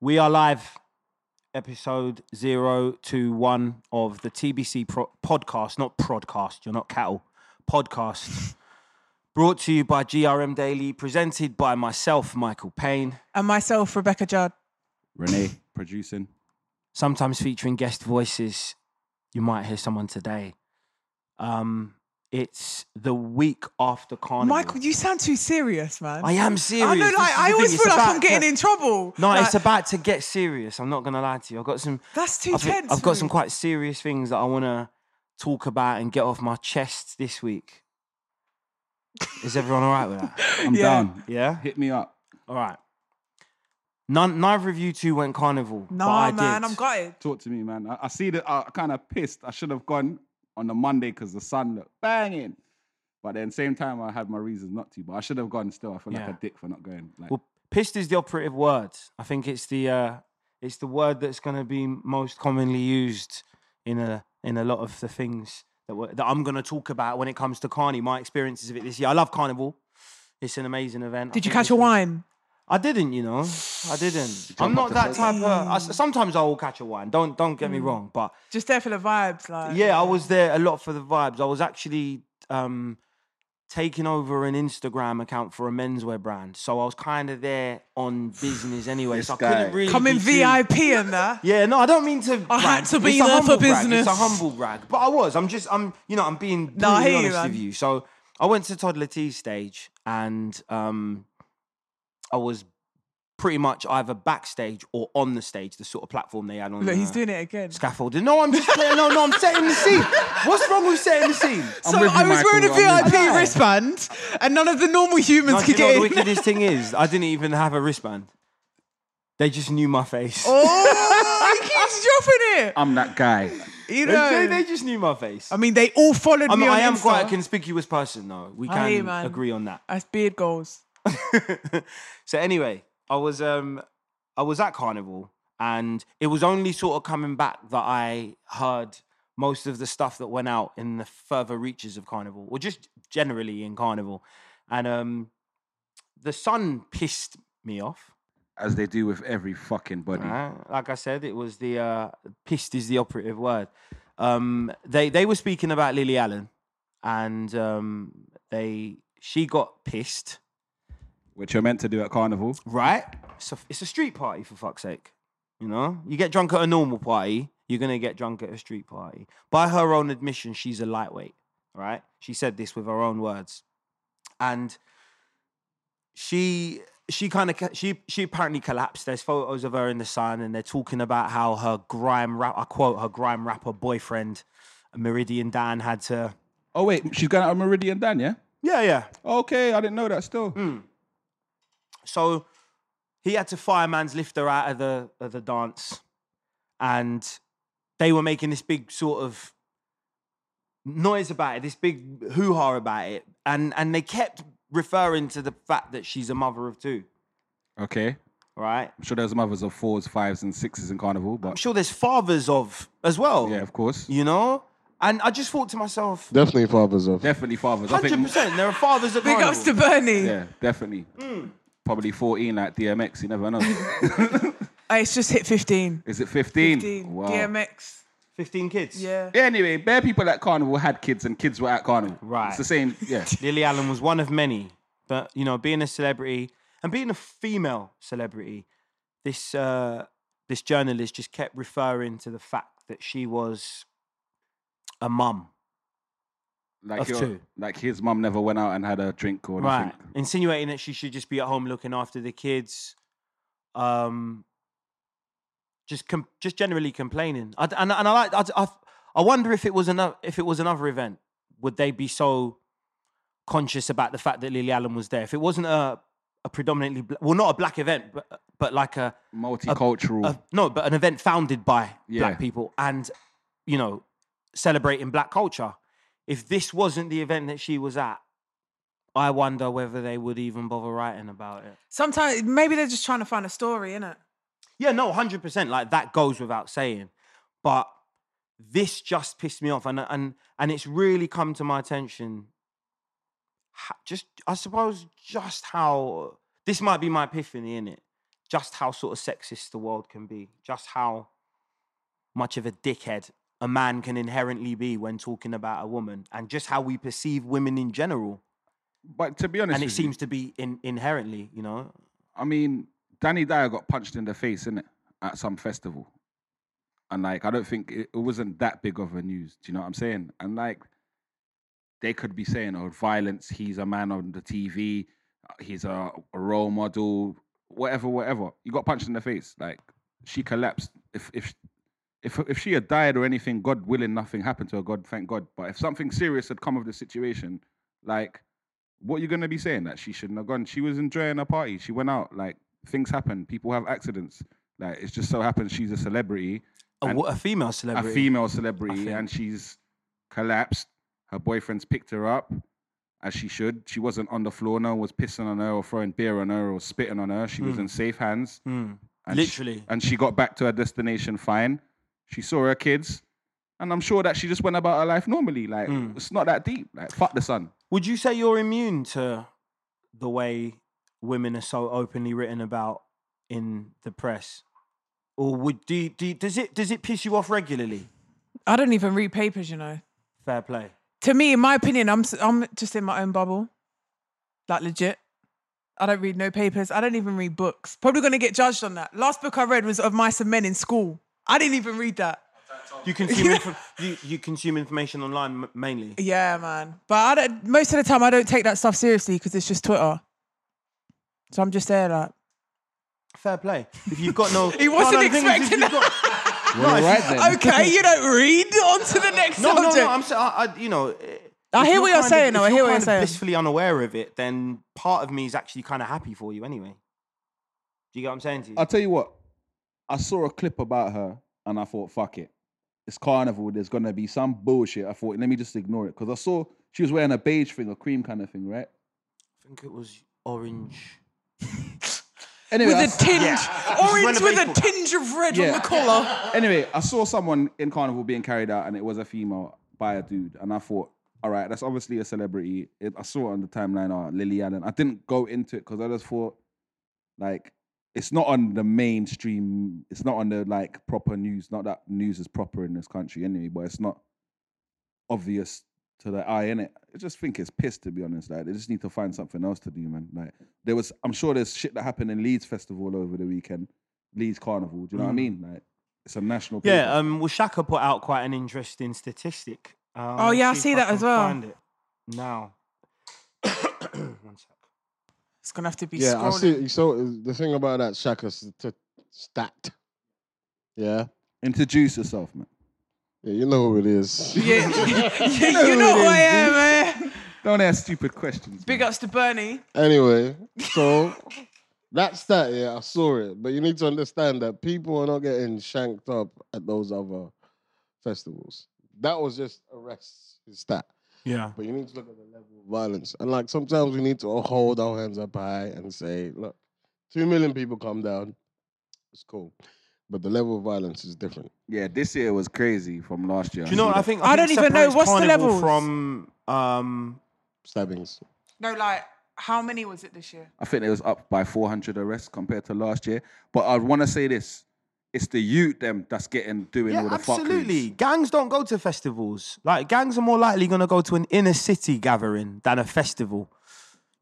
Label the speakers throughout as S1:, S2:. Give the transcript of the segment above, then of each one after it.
S1: We are live, episode 021 of the TBC pro- podcast, not prodcast, you're not cattle, podcast. Brought to you by GRM Daily, presented by myself, Michael Payne,
S2: and myself, Rebecca Judd.
S3: Renee producing.
S1: sometimes featuring guest voices. You might hear someone today. Um, it's the week after Carnival.
S2: Michael, you sound too serious, man.
S1: I am serious.
S2: I know,
S1: This
S2: like,
S1: is the
S2: I
S1: thing,
S2: always
S1: it's
S2: feel like I'm
S1: about
S2: getting
S1: to-
S2: in trouble.
S1: No,
S2: Like,
S1: it's about to get serious. I'm not gonna lie to you. I've got some.
S2: That's too
S1: I've,
S2: tense.
S1: I've
S2: for
S1: got
S2: me.
S1: some quite serious things that I want to talk about and get off my chest this week. Is everyone all right with that?
S3: I'm
S2: Yeah.
S3: down.
S1: Yeah.
S3: Hit me up.
S1: All right. None. Neither of you two went carnival. but
S2: Nah,
S1: I
S2: man,
S1: did.
S2: I'm gutted.
S3: Talk to me, man. I, I see that I kind of pissed. I should have gone on the Monday because the sun looked banging. But then same time I had my reasons not to. But I should have gone still. I feel
S1: Yeah.
S3: like a dick for not going. Like
S1: Well, pissed is the operative word. I think it's the uh, it's the word that's going to be most commonly used in a in a lot of the things that we that I'm going to talk about when it comes to Carni. My experiences of it this year. I love Carnival. It's an amazing event. I
S2: Did you
S1: think
S2: catch
S1: this
S2: your
S1: was-
S2: wine?
S1: I didn't, you know. I didn't. I'm not that type of. I, s- sometimes I will catch a wine. Don't don't get me
S3: Mm.
S1: wrong, but
S2: Just there for the vibes, like.
S1: yeah, I was there a lot for the vibes. I was actually um, taking over an Instagram account for a menswear brand, so I was kind of there on business anyway.
S3: This
S1: so I
S3: guy.
S1: couldn't really
S2: Come in
S1: be too-
S2: VIP and that.
S1: Yeah, no, I don't mean to.
S2: I had
S1: brag.
S2: to be
S1: It's a
S2: there for
S1: humble brag.
S2: business.
S1: It's a humble brag, but I was. I'm just. I'm. You know, I'm being
S2: No, I
S1: brutally
S2: hear you,
S1: honest with
S2: man.
S1: you. So I went to Toddler T's stage, and um, I was pretty much either backstage or on the stage, the sort of platform they had on.
S2: Look, he's
S1: uh,
S2: doing it again.
S1: Scaffolding. No, I'm just playing. No, no, I'm setting the scene. What's wrong with setting the scene? Oh,
S2: So I was wearing a
S1: I'm
S2: VIP
S1: with-
S2: wristband, and none of the normal humans
S1: No, do
S2: could
S1: you know what
S2: get
S1: the
S2: in.
S1: wickedest thing is? I didn't even have a wristband. They just knew my face.
S2: Oh, he keeps dropping it.
S3: I'm that guy.
S1: They- they,
S2: You know.
S1: they just knew my face.
S2: I mean, they all followed
S1: I,
S2: me
S1: mean,
S2: on
S1: I am
S2: Insta.
S1: quite a conspicuous person, though. We
S2: I hear you,
S1: can
S2: man.
S1: agree on that.
S2: That's beard goals.
S1: so anyway, I was um I was at Carnival and it was only sort of coming back that I heard most of the stuff that went out in the further reaches of Carnival, or just generally in Carnival. And um the sun pissed me off.
S3: As they do with every fucking body.
S2: Uh-huh.
S1: Right? Uh, Like I said, it was the uh, pissed is the operative word. Um, they they were speaking about Lily Allen, and um, they she got pissed.
S3: Which you're meant to do at carnival.
S1: Right? It's a, it's a street party for fuck's sake. You know? You get drunk at a normal party, you're going to get drunk at a street party. By her own admission, she's a lightweight, right? She said this with her own words. And she she kind of she she apparently collapsed. There's photos of her in the sun and they're talking about how her grime rap I quote her grime rapper boyfriend Meridian Dan had to
S3: Oh wait, she's going out on Meridian Dan, yeah?
S1: Yeah, yeah.
S3: Okay, I didn't know that still.
S2: Mm.
S1: So he had to fireman's lift her out of the of the dance, and they were making this big sort of noise about it, this big hoo ha about it, and and they kept referring to the fact that she's a mother of two,
S3: Okay.
S1: right?
S3: I'm sure there's mothers of fours, fives, and sixes in carnival,
S1: I'm
S3: but
S1: sure there's fathers of as well,
S3: yeah, of course.
S1: you know. And I just thought to myself,
S4: Definitely fathers
S2: Mm.
S4: of.
S3: Definitely fathers. I
S1: hundred
S3: think
S1: percent, there are fathers at
S2: Big
S1: Carnival.
S2: ups to Bernie.
S3: Yeah, definitely. Probably 14 like DMX, you never know.
S2: Uh, It's just hit 15.
S3: Is it 15?
S2: 15.
S3: Wow.
S2: DMX.
S1: fifteen kids.
S2: Yeah.
S3: Anyway, bare people at Carnival had kids and kids were at Carnival.
S1: Right.
S3: It's the same, yeah.
S1: Lily Allen was one of many, but you know, being a celebrity And being a female celebrity, this uh, this journalist just kept referring to the fact that she was a mum,
S3: Like
S1: Of
S3: your-
S1: two.
S3: like his mum never went out and had a drink or
S1: right?
S3: nothing.
S1: Insinuating that she should just be at home looking after the kids, um, just com- just generally complaining. I d and and I like I, d- I, I wonder if it was another if it was another event, would they be so conscious about the fact that Lily Allen was there? If it wasn't a a predominantly bla- well, not a black event, but but like a
S3: Multicultural.
S1: a- no, but an event founded by
S3: Yeah.
S1: black people and you know celebrating black culture. If this wasn't the event that she was at, I wonder whether they would even bother writing about it.
S2: Sometimes maybe they're just trying to find a story, innit?
S1: Yeah, no, hundred percent. Like that goes without saying, but this just pissed me off, and and and it's really come to my attention. ho- Just, I suppose, just how this might be my epiphany in it. Just how sort of sexist the world can be. Just how much of a dickhead a man can inherently be when talking about a woman, and just how we perceive women in general.
S3: but to be honest,
S1: and it
S3: with you,
S1: seems to be in, inherently, you know.
S3: I mean, Danny Dyer got punched in the face, innit, at some festival. And like, I don't think it, it wasn't that big of a news. Do you know what I'm saying? And like, they could be saying, "Oh, violence. He's a man on the TV. uh, He's a, a role model. Whatever, whatever." You got punched in the face. Like, she collapsed. If if if if she had died or anything, God willing, nothing happened to her. God, thank God. But if something serious had come of the situation, like what you gonna be saying that she shouldn't have gone? She was enjoying her party. She went out. Like things happen. People have accidents. Like it's just so happens she's a celebrity,
S1: A,
S3: And
S1: wo- a female celebrity.
S3: a female celebrity,
S1: think.
S3: and she's collapsed. Her boyfriend's picked her up, as she should. She wasn't on the floor. No one was pissing on her or throwing beer on her or spitting on her. She was in safe hands.
S1: Mm.
S3: And she-
S1: Hmm. Literally.
S3: and she got back to her destination fine. She saw her kids. And I'm sure that she just went about her life normally. Like
S1: Mm.
S3: it's not that deep. Like fuck the sun.
S1: Would you say you're immune to the way women are so openly written about in the press, or would do, you- do you- does it does it piss you off regularly?
S2: I don't even read papers, you know.
S1: Fair play.
S2: To me, in my opinion, I'm s- I'm just in my own bubble, like legit. I don't read no papers. I don't even read books. Probably gonna get judged on that. Last book I read was of Mice and Men in school. I didn't even read that.
S1: You consume infor- you, you consume information online m- mainly.
S2: Yeah, man. But I don't, most of the time, I don't take that stuff seriously because it's just Twitter. So I'm just there, like.
S1: Fair play. If you've got no,
S2: He wasn't
S1: no, no, the thing is, if
S2: expecting
S1: you've got- No, if you- Oh,
S2: Okay, you don't read. On to the next
S1: No, no,
S2: subject.
S1: no. I'm saying, I, I, you know, eh,
S2: I
S1: if
S2: hear what you're
S1: kind
S2: saying,
S1: Of,
S2: though,
S1: if
S2: I hear
S1: kind
S2: what you're
S1: of
S2: saying.
S1: Blissfully unaware of it, then part of me is actually kind of happy for you anyway. Do you get what I'm saying to you?
S3: I'll tell you what. I saw a clip about her and I thought, fuck it. It's carnival. There's gonna be some bullshit. I thought, let me just ignore it. Because I saw she was wearing a beige thing, a cream kind of thing, right?
S1: I think it was orange.
S3: Anyway, I
S2: with
S3: s-
S2: a tinge, orange
S1: Just
S2: with
S1: run
S2: a tinge of red
S3: Yeah.
S2: on the collar.
S3: anyway, I saw someone in Carnival being carried out, and it was a female by a dude, and I thought, all right, that's obviously a celebrity. It, I saw it on the timeline, uh, Lily Allen. I didn't go into it because I just thought, like, it's not on the mainstream. It's not on the like proper news. Not that news is proper in this country anyway, but it's not obvious to the eye in it. I just think it's pissed to be honest. Like they just need to find something else to do, man. Like there was, I'm sure there's shit that happened in Leeds Festival over the weekend, Leeds Carnival. Do you know what I mean? Like it's a national. paper.
S1: Yeah, um, well, Shaka put out quite an interesting statistic. Um,
S2: Oh,
S1: let's
S2: yeah, I
S1: if
S2: see that
S1: can
S2: as well.
S1: Find it now. One sec.
S2: It's gonna have to be
S4: Yeah, I
S2: scrolling.
S4: see. So the thing about that Shaka st- stat, yeah,
S3: Introduce yourself, man.
S4: yeah, you know who it is.
S2: Yeah, you know who I am, eh? man.
S3: Don't ask stupid questions.
S2: Big
S3: man.
S2: ups to Bernie.
S4: Anyway, so that stat, yeah, I saw it, but you need to understand that people are not getting shanked up at those other festivals. That was just arrests his stat.
S1: Yeah.
S4: But you need to look at the level of violence. And like sometimes we need to hold our hands up high and say, look, two million people come down. It's cool. But the level of violence is different.
S3: Yeah, this year was crazy from last year.
S1: Do you know what I think? think
S2: I don't even know,
S1: separates
S2: what's the
S1: Carnival
S2: levels?
S1: from um,
S4: Stabbings.
S2: No, like, how many was it this year?
S3: I think it was up by 400 arrests compared to last year. But I want to say this: it's the youth them that's getting doing all
S1: yeah,
S3: the fuckeries.
S1: absolutely. Gangs don't go to festivals. Like gangs are more likely going to go to an inner city gathering than a festival.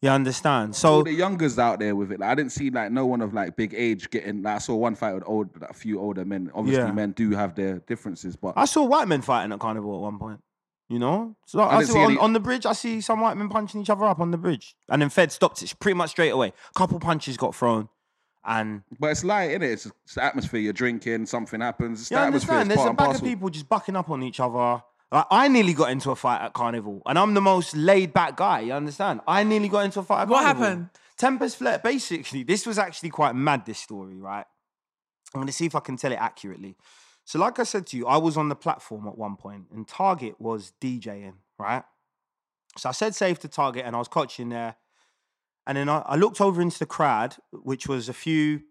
S1: You understand?
S3: all
S1: So
S3: the youngers out there with it. Like, I didn't see like no one of like big age getting. Like, I saw one fight with old, a few older men. Obviously,
S1: Yeah.
S3: men do have their differences, but
S1: I saw white men fighting at carnival at one point. You know, so
S3: I
S1: I,
S3: didn't
S1: saw
S3: see
S1: on,
S3: any-
S1: on the bridge. I see some white men punching each other up on the bridge, and then Fed stopped it pretty much straight away. Couple punches got thrown, and
S3: but it's light, innit? It's, it's the atmosphere. You're drinking, something happens. It's
S1: you
S3: the atmosphere.
S1: understand.
S3: It's
S1: There's
S3: part
S1: a
S3: and
S1: bag of
S3: parcel.
S1: people just bucking up on each other. Like I nearly got into a fight at carnival, and I'm the most laid back guy. You understand? I nearly got into a fight. At
S2: What
S1: carnival.
S2: happened?
S1: Tempest Flare. Basically, this was actually quite mad. This story, right? I'm gonna see if I can tell it accurately. So, like I said to you, I was on the platform at one point, and Target was DJing, right? So I said save to Target, and I was coaching there. And then I, I looked over into the crowd, which was a few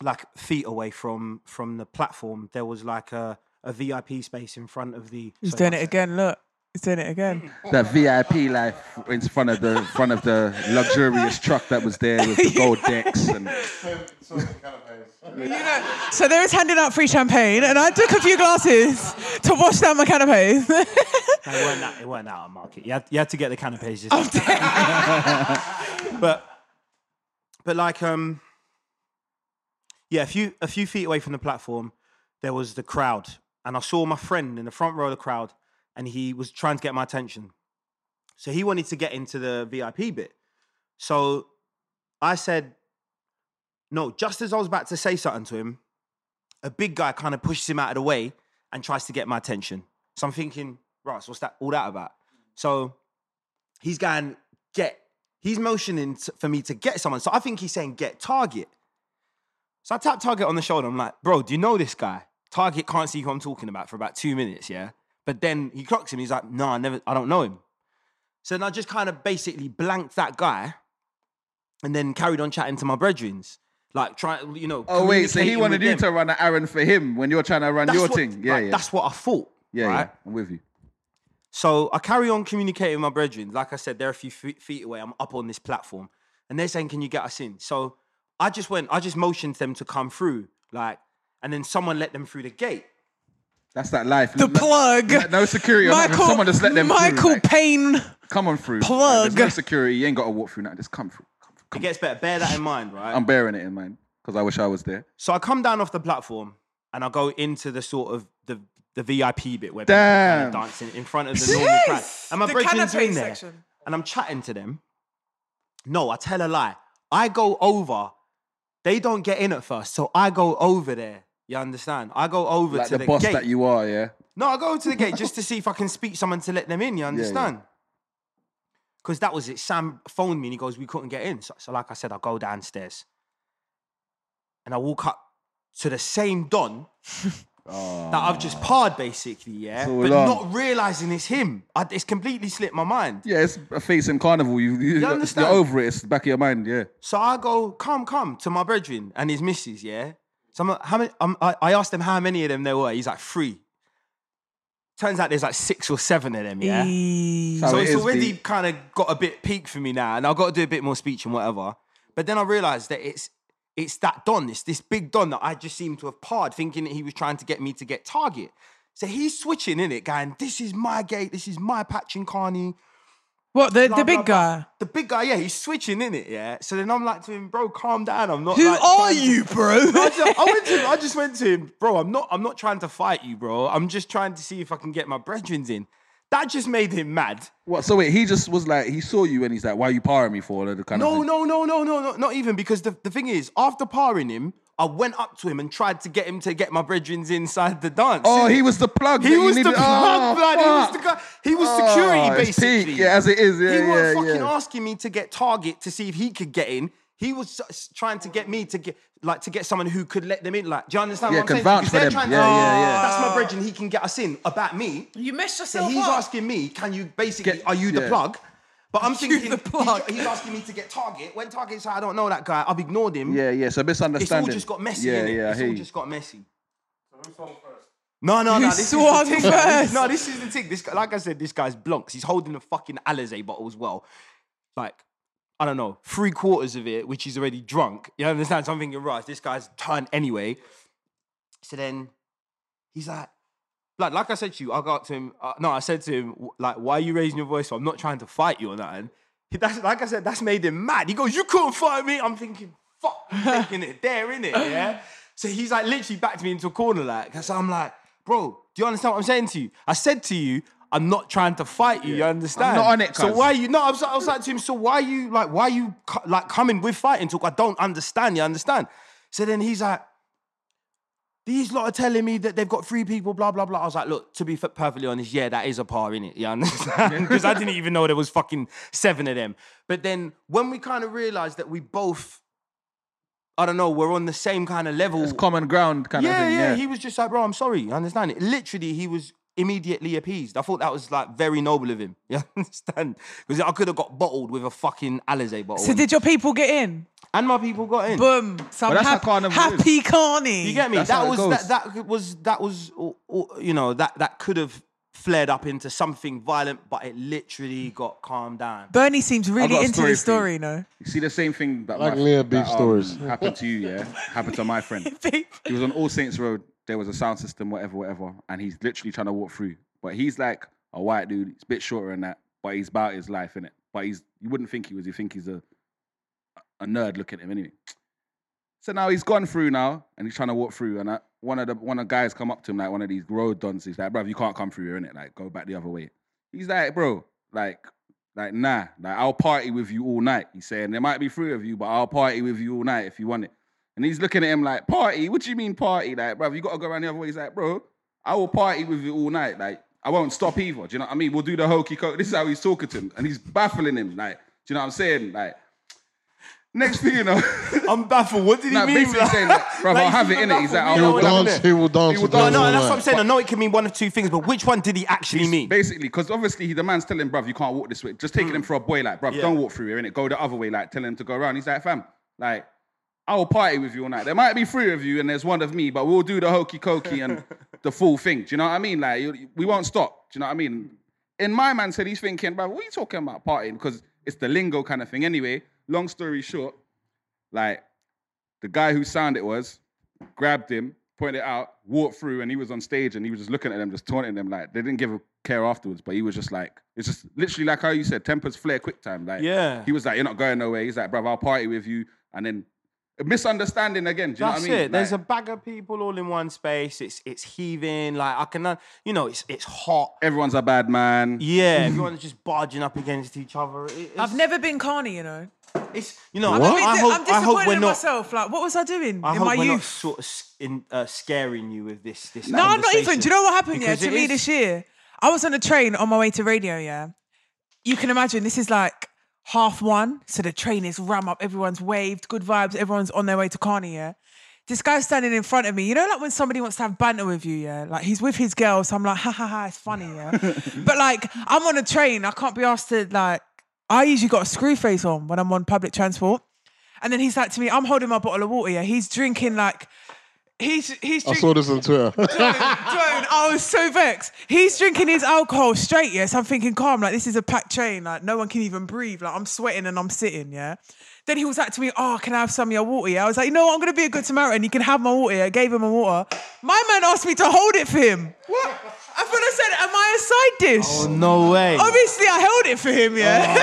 S1: like feet away from from the platform. There was like a, a VIP space in front of the.
S2: He's
S1: sorry,
S2: doing
S1: one
S2: it
S1: sec.
S2: again. Look, he's doing it again.
S3: The VIP life in front of the front of the luxurious truck that was there with the gold decks and
S2: You know, so they was handing out free champagne, and I took a few glasses to wash down my canapes.
S1: No, it weren't out. It weren't out on market. You had, you had to get the canapes. Just but but like um yeah, a few a few feet away from the platform, there was the crowd, and I saw my friend in the front row of the crowd, and he was trying to get my attention. So he wanted to get into the VIP bit. So I said, no. Just as I was about to say something to him, a big guy kind of pushes him out of the way and tries to get my attention. So I'm thinking, Russ, what's that all that about? So he's going, get, he's motioning t- for me to get someone. So I think he's saying, get target. So I tap target on the shoulder. I'm like, bro, do you know this guy? Target can't see who I'm talking about for about two minutes, yeah? But then he clocks him. He's like, no, I never, I don't know him. So then I just kind of basically blanked that guy and then carried on chatting to my brethrens. Like, trying, you know.
S3: oh wait, so he
S1: communicating
S3: wanted
S1: with
S3: you
S1: them.
S3: to run an errand for him when you're trying to run
S1: That's
S3: your
S1: what-
S3: thing. Yeah,
S1: like,
S3: yeah,
S1: That's what I thought.
S3: yeah,
S1: right?
S3: yeah. I'm with you.
S1: So I carry on communicating with my brethren. Like I said, they're a few fe- feet away. I'm up on this platform, and they're saying, "Can you get us in?" So I just went. I just motioned them to come through, like, and then someone let them through the gate.
S3: That's that life.
S2: the
S3: No-
S2: plug.
S3: No, no security. or nothing.
S2: Michael,
S3: Someone just let them through,
S2: Michael
S3: like,
S2: Payne.
S3: come on through. Like,
S2: Plug.
S3: there's no security. You ain't got to walk through now. Just come through. Come through.
S1: It gets better. Bear that in mind, right?
S3: I'm bearing it in mind because I wish I was there.
S1: so I come down off the platform and I go into the sort of the the VIP bit where
S3: Damn.
S1: people are kind of dancing in front of the normal crowd. And my
S2: The
S1: brethren's
S2: canapé
S1: in there,
S2: section.
S1: and I'm chatting to them. No, I tell a lie. I go over. They don't get in at first, so I go over there. You understand? I go over
S3: Like
S1: to
S3: the,
S1: the,
S3: boss
S1: gate.
S3: that you are, yeah.
S1: No, I go to the gate just to see if I can speak someone to let them in. You understand? Because that was it. Sam phoned me and he goes, "We couldn't get in." So, so like I said, I go downstairs, and I walk up to the same Don that I've just parred, basically. Yeah,
S3: all
S1: but
S3: on.
S1: not realizing it's him. I, it's completely slipped my mind.
S3: Yeah, it's a face in carnival. You, you, you
S1: understand?
S3: are over it. It's the back of your mind, yeah.
S1: So I go, "Come, come," to my brethren and his missus. Yeah. So I'm like, how many? I'm, I, I asked him how many of them there were. He's like three. Turns out there's like six or seven of them. Yeah.
S3: That's
S1: So
S2: Oh,
S3: how it
S1: it's
S3: is,
S1: already
S3: B.
S1: kind of got a bit peak for me now, and I've got to do a bit more speech and whatever. But then I realized that it's it's that Don, it's this big Don that I just seem to have parred, thinking that he was trying to get me to get target. So he's switching in it, going, "This is my gate. This is my patch and Carney."
S2: What the, the
S1: blah,
S2: big
S1: blah.
S2: guy?
S1: The big guy, yeah, he's switching in it, yeah. So then I'm like to him, "Bro, calm down. I'm not."
S2: Who
S1: like,
S2: are
S1: trying to-
S2: you, bro?
S1: I, just, I went to him. I just went to him, bro. I'm not. I'm not trying to fight you, bro. I'm just trying to see if I can get my brethrens in. That just made him mad.
S3: What? So wait, he just was like, he saw you and he's like, why you parring me for? Like, The kind of
S1: No,
S3: thing.
S1: no, no, no, no, no, not even because the, the thing is, after parring him, I went up to him and tried to get him to get my brethren's inside the dance.
S3: Oh,
S1: innit?
S3: he was the plug.
S1: he
S3: that you
S1: was the
S3: needed.
S1: plug,
S3: Oh,
S1: blood. He was
S3: fuck.
S1: the guy. He was
S3: Oh,
S1: security,
S3: it's peak.
S1: basically.
S3: Yeah, as it is. Yeah,
S1: he
S3: yeah,
S1: was fucking
S3: yeah.
S1: asking me to get Target to see if he could get in. He was s- trying to get me to get like to get someone who could let them in. Like, do you understand what
S3: Yeah,
S1: I'm
S3: can
S1: saying?
S3: vouch
S1: Because
S3: for
S1: they're
S3: them.
S1: trying
S3: Yeah,
S1: to,
S3: yeah, yeah.
S1: That's my brethren. He can get us in about me.
S2: You messed
S1: So
S2: yourself
S1: he's
S2: up.
S1: asking me, can you basically,
S3: Get-
S1: are you the
S3: yeah.
S1: plug? But I'm thinking,
S2: the
S1: he-
S2: plug.
S1: he's asking me to get Target. When Target said, I don't know that guy, I've ignored him.
S3: Yeah, yeah. So
S1: It's all
S3: misunderstanding.
S1: just got messy,
S3: Yeah,
S1: innit?
S3: yeah.
S1: it's
S3: I hear
S1: all
S3: you.
S1: just got messy. No, no, no.
S2: You
S1: This
S2: swung
S1: is the thing. man. This-
S2: first.
S1: No, this is the thing. This, guy- like I said, this guy's blonks. He's holding a fucking Alizé bottle as well. Like, I don't know, three quarters of it, which he's already drunk. You understand? So I'm thinking, right, this guy's turned anyway. So then he's like, like, like I said to you, I got to him. Uh, no, I said to him, w- like, why are you raising your voice? for? I'm not trying to fight you or nothing. That's like I said, that's made him mad. He goes, "You couldn't fight me." I'm thinking, "Fuck, I'm taking it there, innit? Yeah." So he's like literally backed me into a corner, like. So I'm like, "Bro, do you understand what I'm saying to you?" I said to you, "I'm not trying to fight you. You understand?"
S3: not on it,
S1: So
S3: cuz.
S1: why you? No, I was, I was like to him. So why you like? Why you co- like coming with fighting talk? I don't understand. You understand? So then he's like, these lot are telling me that they've got three people, blah, blah, blah. I was like, look, to be f- perfectly honest, yeah, that is a par, innit? You understand? Because I didn't even know there was fucking seven of them. But then when we kind of realized that we both, I don't know, we're on the same kind of level.
S3: It's common ground kind
S1: yeah,
S3: of thing.
S1: yeah, He was just like, bro, I'm sorry. You understand it? Literally, he was immediately appeased. I thought that was like very noble of him. You understand? Because I could have got bottled with a fucking Alizé bottle.
S2: So
S1: and-
S2: did your people get in?
S1: and my people got in.
S2: Boom. So I'm
S3: Well, that's how
S2: hap-
S3: carnival is.
S2: happy carny.
S1: You get me?
S3: That's
S1: that
S3: how it
S1: was
S3: goes.
S1: that, that was that was or- or, you know that that could have flared up into something violent, but it literally got calmed down.
S2: Bernie seems really
S3: got a
S2: into
S3: story
S2: this
S3: for you.
S2: story, no?
S3: You see the same thing that
S4: Like
S3: my,
S4: Leah Beef
S3: that, um,
S4: stories.
S3: happened to you, yeah? happened to my friend. He was on All Saints Road. There was a sound system, whatever, whatever, and he's literally trying to walk through. But he's like a white dude. He's a bit shorter than that, but he's about his life, innit? But he's you wouldn't think he was. You think he's a a nerd. Look at him, anyway. So now he's gone through now, and he's trying to walk through. And I, one of the one of the guys come up to him, like one of these road dons. He's like, "Bro, you can't come through here, innit? Like, go back the other way." He's like, "Bro, like, like, nah, like, I'll party with you all night." He's saying there might be three of you, but I'll party with you all night if you want it. And he's looking at him like, "Party? What do you mean party? Like, bro, you got to go around the other way." He's like, "Bro, I will party with you all night. Like, I won't stop either. Do you know what I mean? We'll do the hokey coke." This is how he's talking to him, and he's baffling him. Like, do you know what I'm saying? Like, next thing you know.
S1: I'm baffled. Um, What did he
S3: Nah,
S1: mean?
S3: basically saying that, bruv, I'll
S1: he's
S3: have it,
S1: even
S3: innit? He's
S1: baffled. We
S3: like, oh,
S4: He
S1: know
S4: will
S1: what happened
S4: dance.
S1: there.
S4: He will dance.
S3: will
S4: with you
S1: No,
S3: dance.
S1: no,
S4: all
S1: that's what I'm
S4: night.
S1: saying. I know it can mean one of two things, but which one did he actually mean? Hmm.
S3: Basically, because obviously he, the man's telling bruv, you can't walk this way. Just taking him for a boy, like, bruv,
S1: Yeah.
S3: don't walk through here, innit? Go the other way, like, telling him to go around. He's like, fam, like, I'll party with you all night. There might be three of you and there's one of me, but we'll do the hokey cokey and the full thing. Do you know what I mean? Like, you- we won't stop. Do you know what I mean?
S1: Hmm.
S3: In my man said he's thinking, bruv, what are you talking about partying? Because it's the lingo kind of thing. Anyway, long story short, like, the guy who sound it was grabbed him, pointed it out, walked through, and he was on stage and he was just looking at them, just taunting them. Like they didn't give a care afterwards, but he was just like, it's just literally like how you said, tempers flare quick time. Like
S1: Yeah.
S3: he was like, you're not going nowhere. He's like, bruv, I'll party with you, and then a misunderstanding again. Do you
S1: That's
S3: know what I mean?
S1: it. There's a
S3: Like,
S1: bag of people all in one space. It's it's heaving. Like I can, uh, you know, it's it's hot.
S3: everyone's a bad man.
S1: Yeah, everyone's just barging up against each other. It- it's-
S2: I've never been carny, you know.
S1: It's you know.
S2: I'm, a bit
S1: I
S2: di-
S1: hope,
S2: I'm
S1: I hope
S2: disappointed
S1: we're
S2: in
S1: not.
S2: myself. Like, what was I doing
S1: I
S2: in
S1: hope
S2: my
S1: we're not
S2: youth?
S1: sort of s- in, uh, scaring you with this. This
S2: No, I'm not even.
S1: conversation.
S2: Do you know what happened?
S1: Because
S2: yeah,
S1: it
S2: to me
S1: is-
S2: this year, I was on a train on my way to radio. Yeah, you can imagine this is like half one, so the train is ram up. Everyone's waved, good vibes. Everyone's on their way to Carney. Yeah, this guy's standing in front of me. You know, like when somebody wants to have banter with you. Yeah, like he's with his girl, so I'm like, ha ha ha, it's funny. Yeah, but like I'm on a train, I can't be asked to like. I usually got a screw face on when I'm on public transport. And then he's like to me, I'm holding my bottle of water. Yeah, he's drinking like, he's he's.
S4: I
S2: drinking.
S4: saw this on Twitter.
S2: Don't, don't. I was so vexed. He's drinking his alcohol straight, yeah. So I'm thinking, calm, like this is a packed train, like no one can even breathe. Like I'm sweating and I'm sitting, yeah. Then he was like to me, Oh, can I have some of your water? Yeah. I was like, you know what, I'm gonna be a good Samaritan, you can have my water. Yeah. I gave him a water. My man asked me to hold it for him. What? I thought I said, Am I a side dish?
S1: Oh, no way.
S2: Obviously I held it for him, yeah.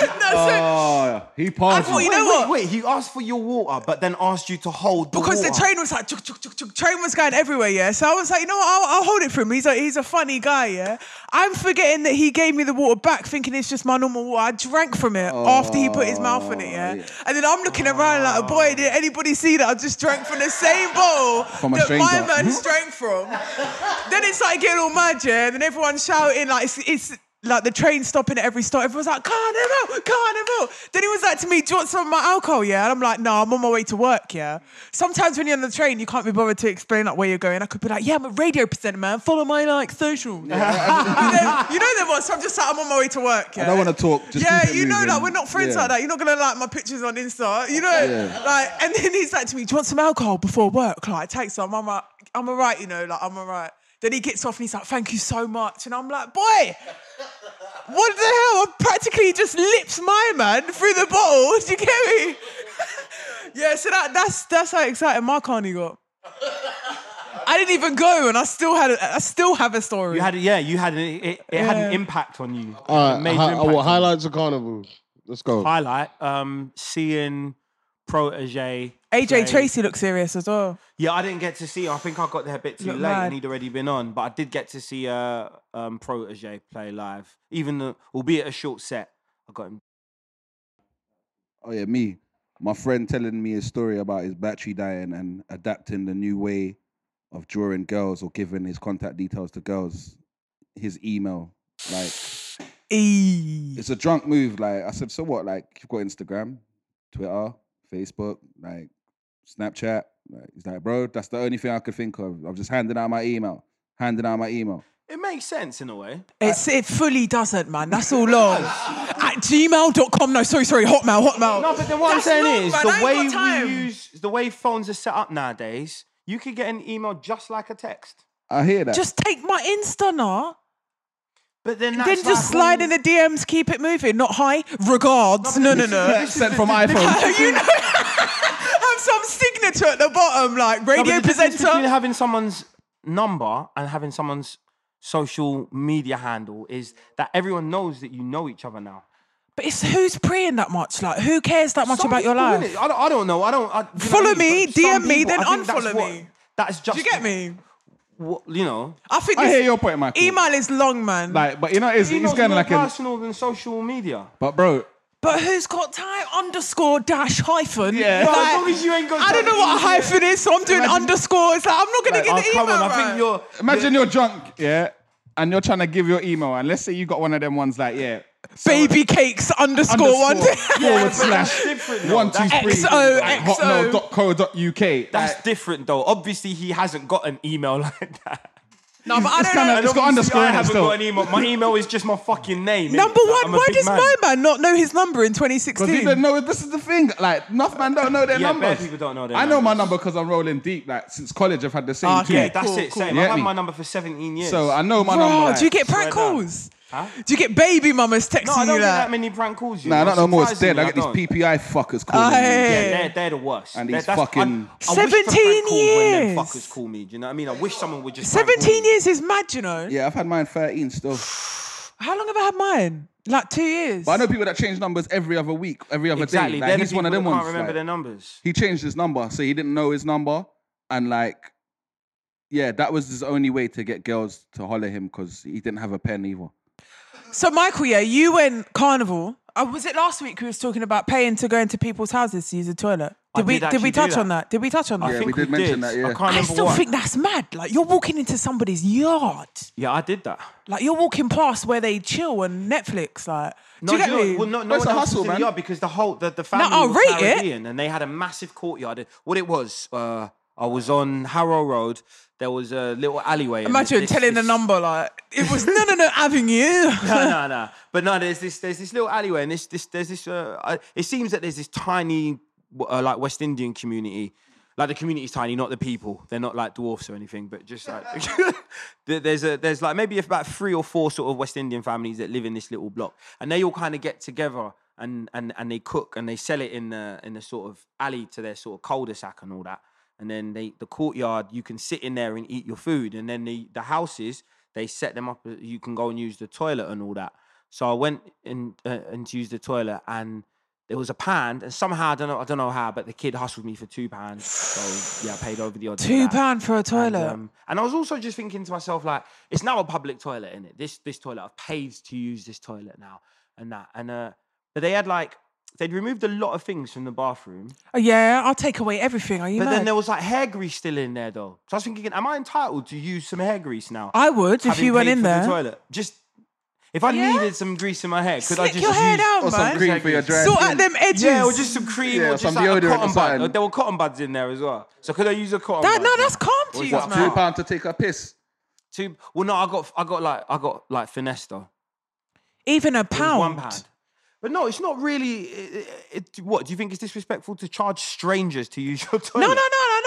S2: no, so,
S3: Oh, he passed.
S2: I thought, you
S3: you.
S2: know
S1: wait,
S2: what?
S1: Wait, he asked for your water, but then asked you to hold the
S2: because the
S1: water.
S2: train was like, chuk, chuk, chuk, chuk. train was going everywhere, yeah. So I was like, you know what, I'll, I'll hold it for him. He's a, he's a funny guy, yeah. I'm forgetting that he gave me the water back, thinking it's just my normal water. I drank from it after he put his mouth on it, yeah. And then I'm looking around like, boy, did anybody see that I just drank from the same bowl
S3: From a
S2: that my
S3: stranger.
S2: man drank from? then it's like getting all mad, yeah. And then everyone's shouting like it's. it's like the train stopping at every stop, everyone's like, Carnival, Carnival. Then he was like to me, Do you want some of my alcohol? Yeah. And I'm like, No, I'm on my way to work. Yeah. Sometimes when you're on the train, you can't be bothered to explain like where you're going. I could be like, Yeah, I'm a radio presenter, man. Follow my like social. And then- you know them ones. So I'm just like, I'm on my way to work. Yeah?
S3: don't wanna talk, just
S2: yeah,
S3: keep it
S2: you know,
S3: moving.
S2: like we're not friends
S3: Yeah.
S2: like that. You're not gonna like my pictures on Insta. You know, like. And then he's like to me, "Do you want some alcohol before work?" Like, take some. I'm like, I'm alright, you know, like I'm alright. Then he gets off and he's like, "Thank you so much," and I'm like, "Boy." What the hell? I practically just lips my man through the bottle. Do you get me? yeah, so that, that's that's how excited my carny got. I didn't even go, and I still had a, I still have a story.
S1: You had, yeah, you had an, it, it had an impact on you.
S4: All
S1: a
S4: right,
S1: major
S4: hi-
S1: impact
S4: well,
S1: on you.
S4: highlights of Carnival. Let's go.
S1: highlight um seeing protege
S2: AJ
S1: play-
S2: Tracy looked serious as well.
S1: yeah i didn't get to see i think i got there a bit too
S2: Look
S1: late
S2: mad.
S1: and he'd already been on but i did get to see uh um protege play live even though albeit a short set i got him
S3: Oh yeah, me. My friend telling me a story about his battery dying and adapting the new way of drawing girls or giving his contact details to girls, his email. Like
S2: E.
S3: it's a drunk move. Like I said, so what? Like you've got Instagram, Twitter, Facebook, like Snapchat. Like, he's like, bro, that's the only thing I could think of. I'm just handing out my email, handing out my email.
S1: it makes sense in a way
S2: It's, it fully doesn't, man. That's all long. At gmail.com. No, sorry, sorry. Hotmail, Hotmail.
S1: no but then what
S2: That's
S1: i'm saying
S2: long,
S1: is
S2: man. I ain't
S1: the
S2: got
S1: way
S2: time.
S1: we use the way phones are set up nowadays you could get an email just like a text
S3: I hear that.
S2: Just take my Insta now.
S1: but then that's
S2: Then just slide in the DMs, keep it moving. Not hi, regards. No, no, no.
S3: sent from iPhone.
S2: you know, have some signature at the bottom, like radio
S1: Between
S2: presenter.
S1: having someone's number and having someone's social media handle is that everyone knows that you know each other now.
S2: But it's who's preying that much? Like, who cares that much
S1: Some
S2: about your
S1: people,
S2: life?
S1: innit? I don't, I don't know. I don't. I, do you know
S2: Follow
S1: what I mean?
S2: me,
S1: But some
S2: DM me, then
S1: I think that's
S2: unfollow
S1: what-
S2: me.
S1: That's just.
S2: Do you get me?
S1: What, you know,
S2: I think
S3: I
S2: it's-
S3: hear your point, Michael.
S2: email is long, man.
S3: Like, but you know, it's, it's
S1: Email's
S3: kind of
S1: more
S3: like a.
S1: personal than social media.
S3: But bro,
S2: but who's got time? Underscore dash hyphen.
S3: Yeah.
S1: But
S2: Like,
S1: as long as you ain't got.
S2: I don't know what a hyphen is, so I'm doing
S3: Imagine-
S2: underscores. Like, I'm not gonna
S3: Like,
S2: get
S1: Oh,
S2: the email.
S1: come on! I
S2: right.
S1: think you're.
S3: Imagine you're drunk, yeah, and you're trying to give your email, and let's say you got one of them ones like, yeah,
S2: baby cakes underscore one.
S3: underscore
S1: but
S3: forward
S1: that's
S3: slash
S1: different, though.
S3: one two
S1: That's
S3: three
S2: XO,
S3: at
S2: XO.
S3: hotmail.co.uk.
S1: That's
S3: Like,
S1: different though. Obviously, he hasn't got an email like that.
S2: no, but I
S3: it's
S2: don't
S3: kinda-
S2: know.
S3: it's
S1: Obviously,
S3: got underscore
S1: I
S3: in it
S1: haven't
S3: still.
S1: got an email. My email is just my fucking name. innit?
S2: Number
S1: Like,
S2: one,
S1: I'm a
S2: why
S1: big
S2: does
S1: man.
S2: my man not know his number in
S3: Because
S2: 2016?
S3: you don't know. This is the thing. Like, enough man don't know their
S1: Yeah, bare
S3: numbers.
S1: people don't know their
S3: I know my
S1: numbers.
S3: number because I'm rolling deep. Like since college, I've had the same
S2: Ah,
S3: two.
S2: okay,
S1: That's
S2: Cool,
S1: it.
S2: cool.
S1: Same.
S3: You
S1: I've
S3: get
S1: had
S3: me?
S1: my number for 17 years.
S3: So I know my
S2: Bro,
S3: number. Like,
S2: do you get prank
S1: Swear down.
S2: calls?
S1: Huh?
S2: Do you get baby mamas texting
S1: No, I don't
S2: you
S1: get that
S2: that?
S1: many prank calls. You
S3: Nah,
S1: know?
S3: not no more. It's dead.
S1: Surprisingly,
S3: I get these
S1: don't.
S3: PPI fuckers calling me.
S2: Aye.
S1: Yeah, they're, they're the worst.
S3: And
S1: They're-
S3: these
S1: that's- I-
S3: fucking-
S1: I wish the prank
S2: 17
S1: calls When
S2: years.
S1: them fuckers call me. Do you know what I mean? I wish someone would just. prank call
S2: 17
S1: me.
S2: years is mad, you know.
S3: Yeah, I've had mine 13 still.
S2: How long have I had mine? Like two years.
S3: But I know people that change numbers every other week, every other
S1: Exactly.
S3: day.
S1: they're
S3: Like,
S1: the
S3: he's one of
S1: people
S3: them
S1: that
S3: ones.
S1: Can't remember
S3: like-
S1: their numbers.
S3: he changed his number, so he didn't know his number, and like, yeah, that was his only way to get girls to holler him because he didn't have a pen either.
S2: So, Michael, yeah, you went carnival. Uh, was it last week we was talking about paying to go into people's houses to use the toilet?
S1: I
S2: Did we
S1: did
S2: did,
S1: actually
S2: we
S1: do
S2: touch
S1: that.
S2: on that? Did we touch on
S1: I
S2: that?
S1: think
S3: we did mention that, yeah.
S1: I can't
S3: I
S2: I
S1: remember
S2: still
S1: what.
S2: think that's mad. Like you're walking into somebody's yard.
S1: yeah, I did that.
S2: Like you're walking past where they chill and Netflix. Like,
S1: No,
S2: do you get
S1: know,
S2: me?
S1: well, no, no
S3: That's
S1: one
S3: a
S1: else
S3: hustle,
S1: was in
S3: man.
S1: the yard because the whole the, the family
S2: I'll
S1: were
S2: rate it.
S1: Caribbean and they had a massive courtyard. What it was, uh, I was on Harrow Road. There was a little alleyway. and
S2: Imagine
S1: this-
S2: telling the
S1: this-
S2: number like it was no, no, no, Avenue.
S1: no, no, no. But no, there's this, there's this little alleyway, and this, this, there's this. Uh, I- it seems that there's this tiny, uh, like West Indian community. Like the community's tiny, not the people. They're not like dwarfs or anything, but just like there- there's a there's like maybe about three or four sort of West Indian families that live in this little block, and they all kind of get together and and and they cook and they sell it in the in the sort of alley to their sort of cul-de-sac and all that. And then they the courtyard, you can sit in there and eat your food, and then the the houses they set them up. uh, You can go and use the toilet and all that. So I went in uh, and to use the toilet, and there was a pound. And somehow I don't know, I don't know how, but the kid hustled me for two pounds. So yeah, I paid over the odds. for
S2: Two
S1: that.
S2: pound for a
S1: And,
S2: toilet.
S1: um, and I was also just thinking to myself, like, it's now a public toilet, in it? This this toilet, I've paid to use this toilet now, and that, and uh, but they had like they'd removed a lot of things from the bathroom,
S2: Oh, yeah, I'll take away everything. Are you
S1: but then
S2: mad?
S1: there was like hair grease still in there though. So I was thinking, am I entitled to use some hair grease now?
S2: I would if
S1: having
S2: you went
S1: paid
S2: in
S1: for the
S2: there.
S1: toilet. Just if I
S2: Yeah?
S1: needed some grease in my hair, could I
S2: Slick
S1: just
S2: your hair
S1: use
S2: down,
S3: Or some
S2: man.
S3: green for your dry
S2: Sort out
S3: skin.
S2: them edges.
S1: yeah, or just some cream, or
S3: Yeah, or
S1: just
S3: some
S1: like a
S3: deodorant or
S1: cotton bud.
S3: something.
S1: There were cotton buds in there as well. So could I use a cotton
S2: That-
S1: bud?
S2: no, that's calm to
S1: Or is
S2: use,
S1: that
S2: man.
S3: Two
S1: far?
S3: pound to take a piss.
S1: Two. Well, no, I got, I got like, I got like finesse though.
S2: even a
S1: It was
S2: pound.
S1: One pound. But no, it's not really. It, it, what do you think? It's disrespectful to charge strangers to use your toilet?
S2: No, no, no, no,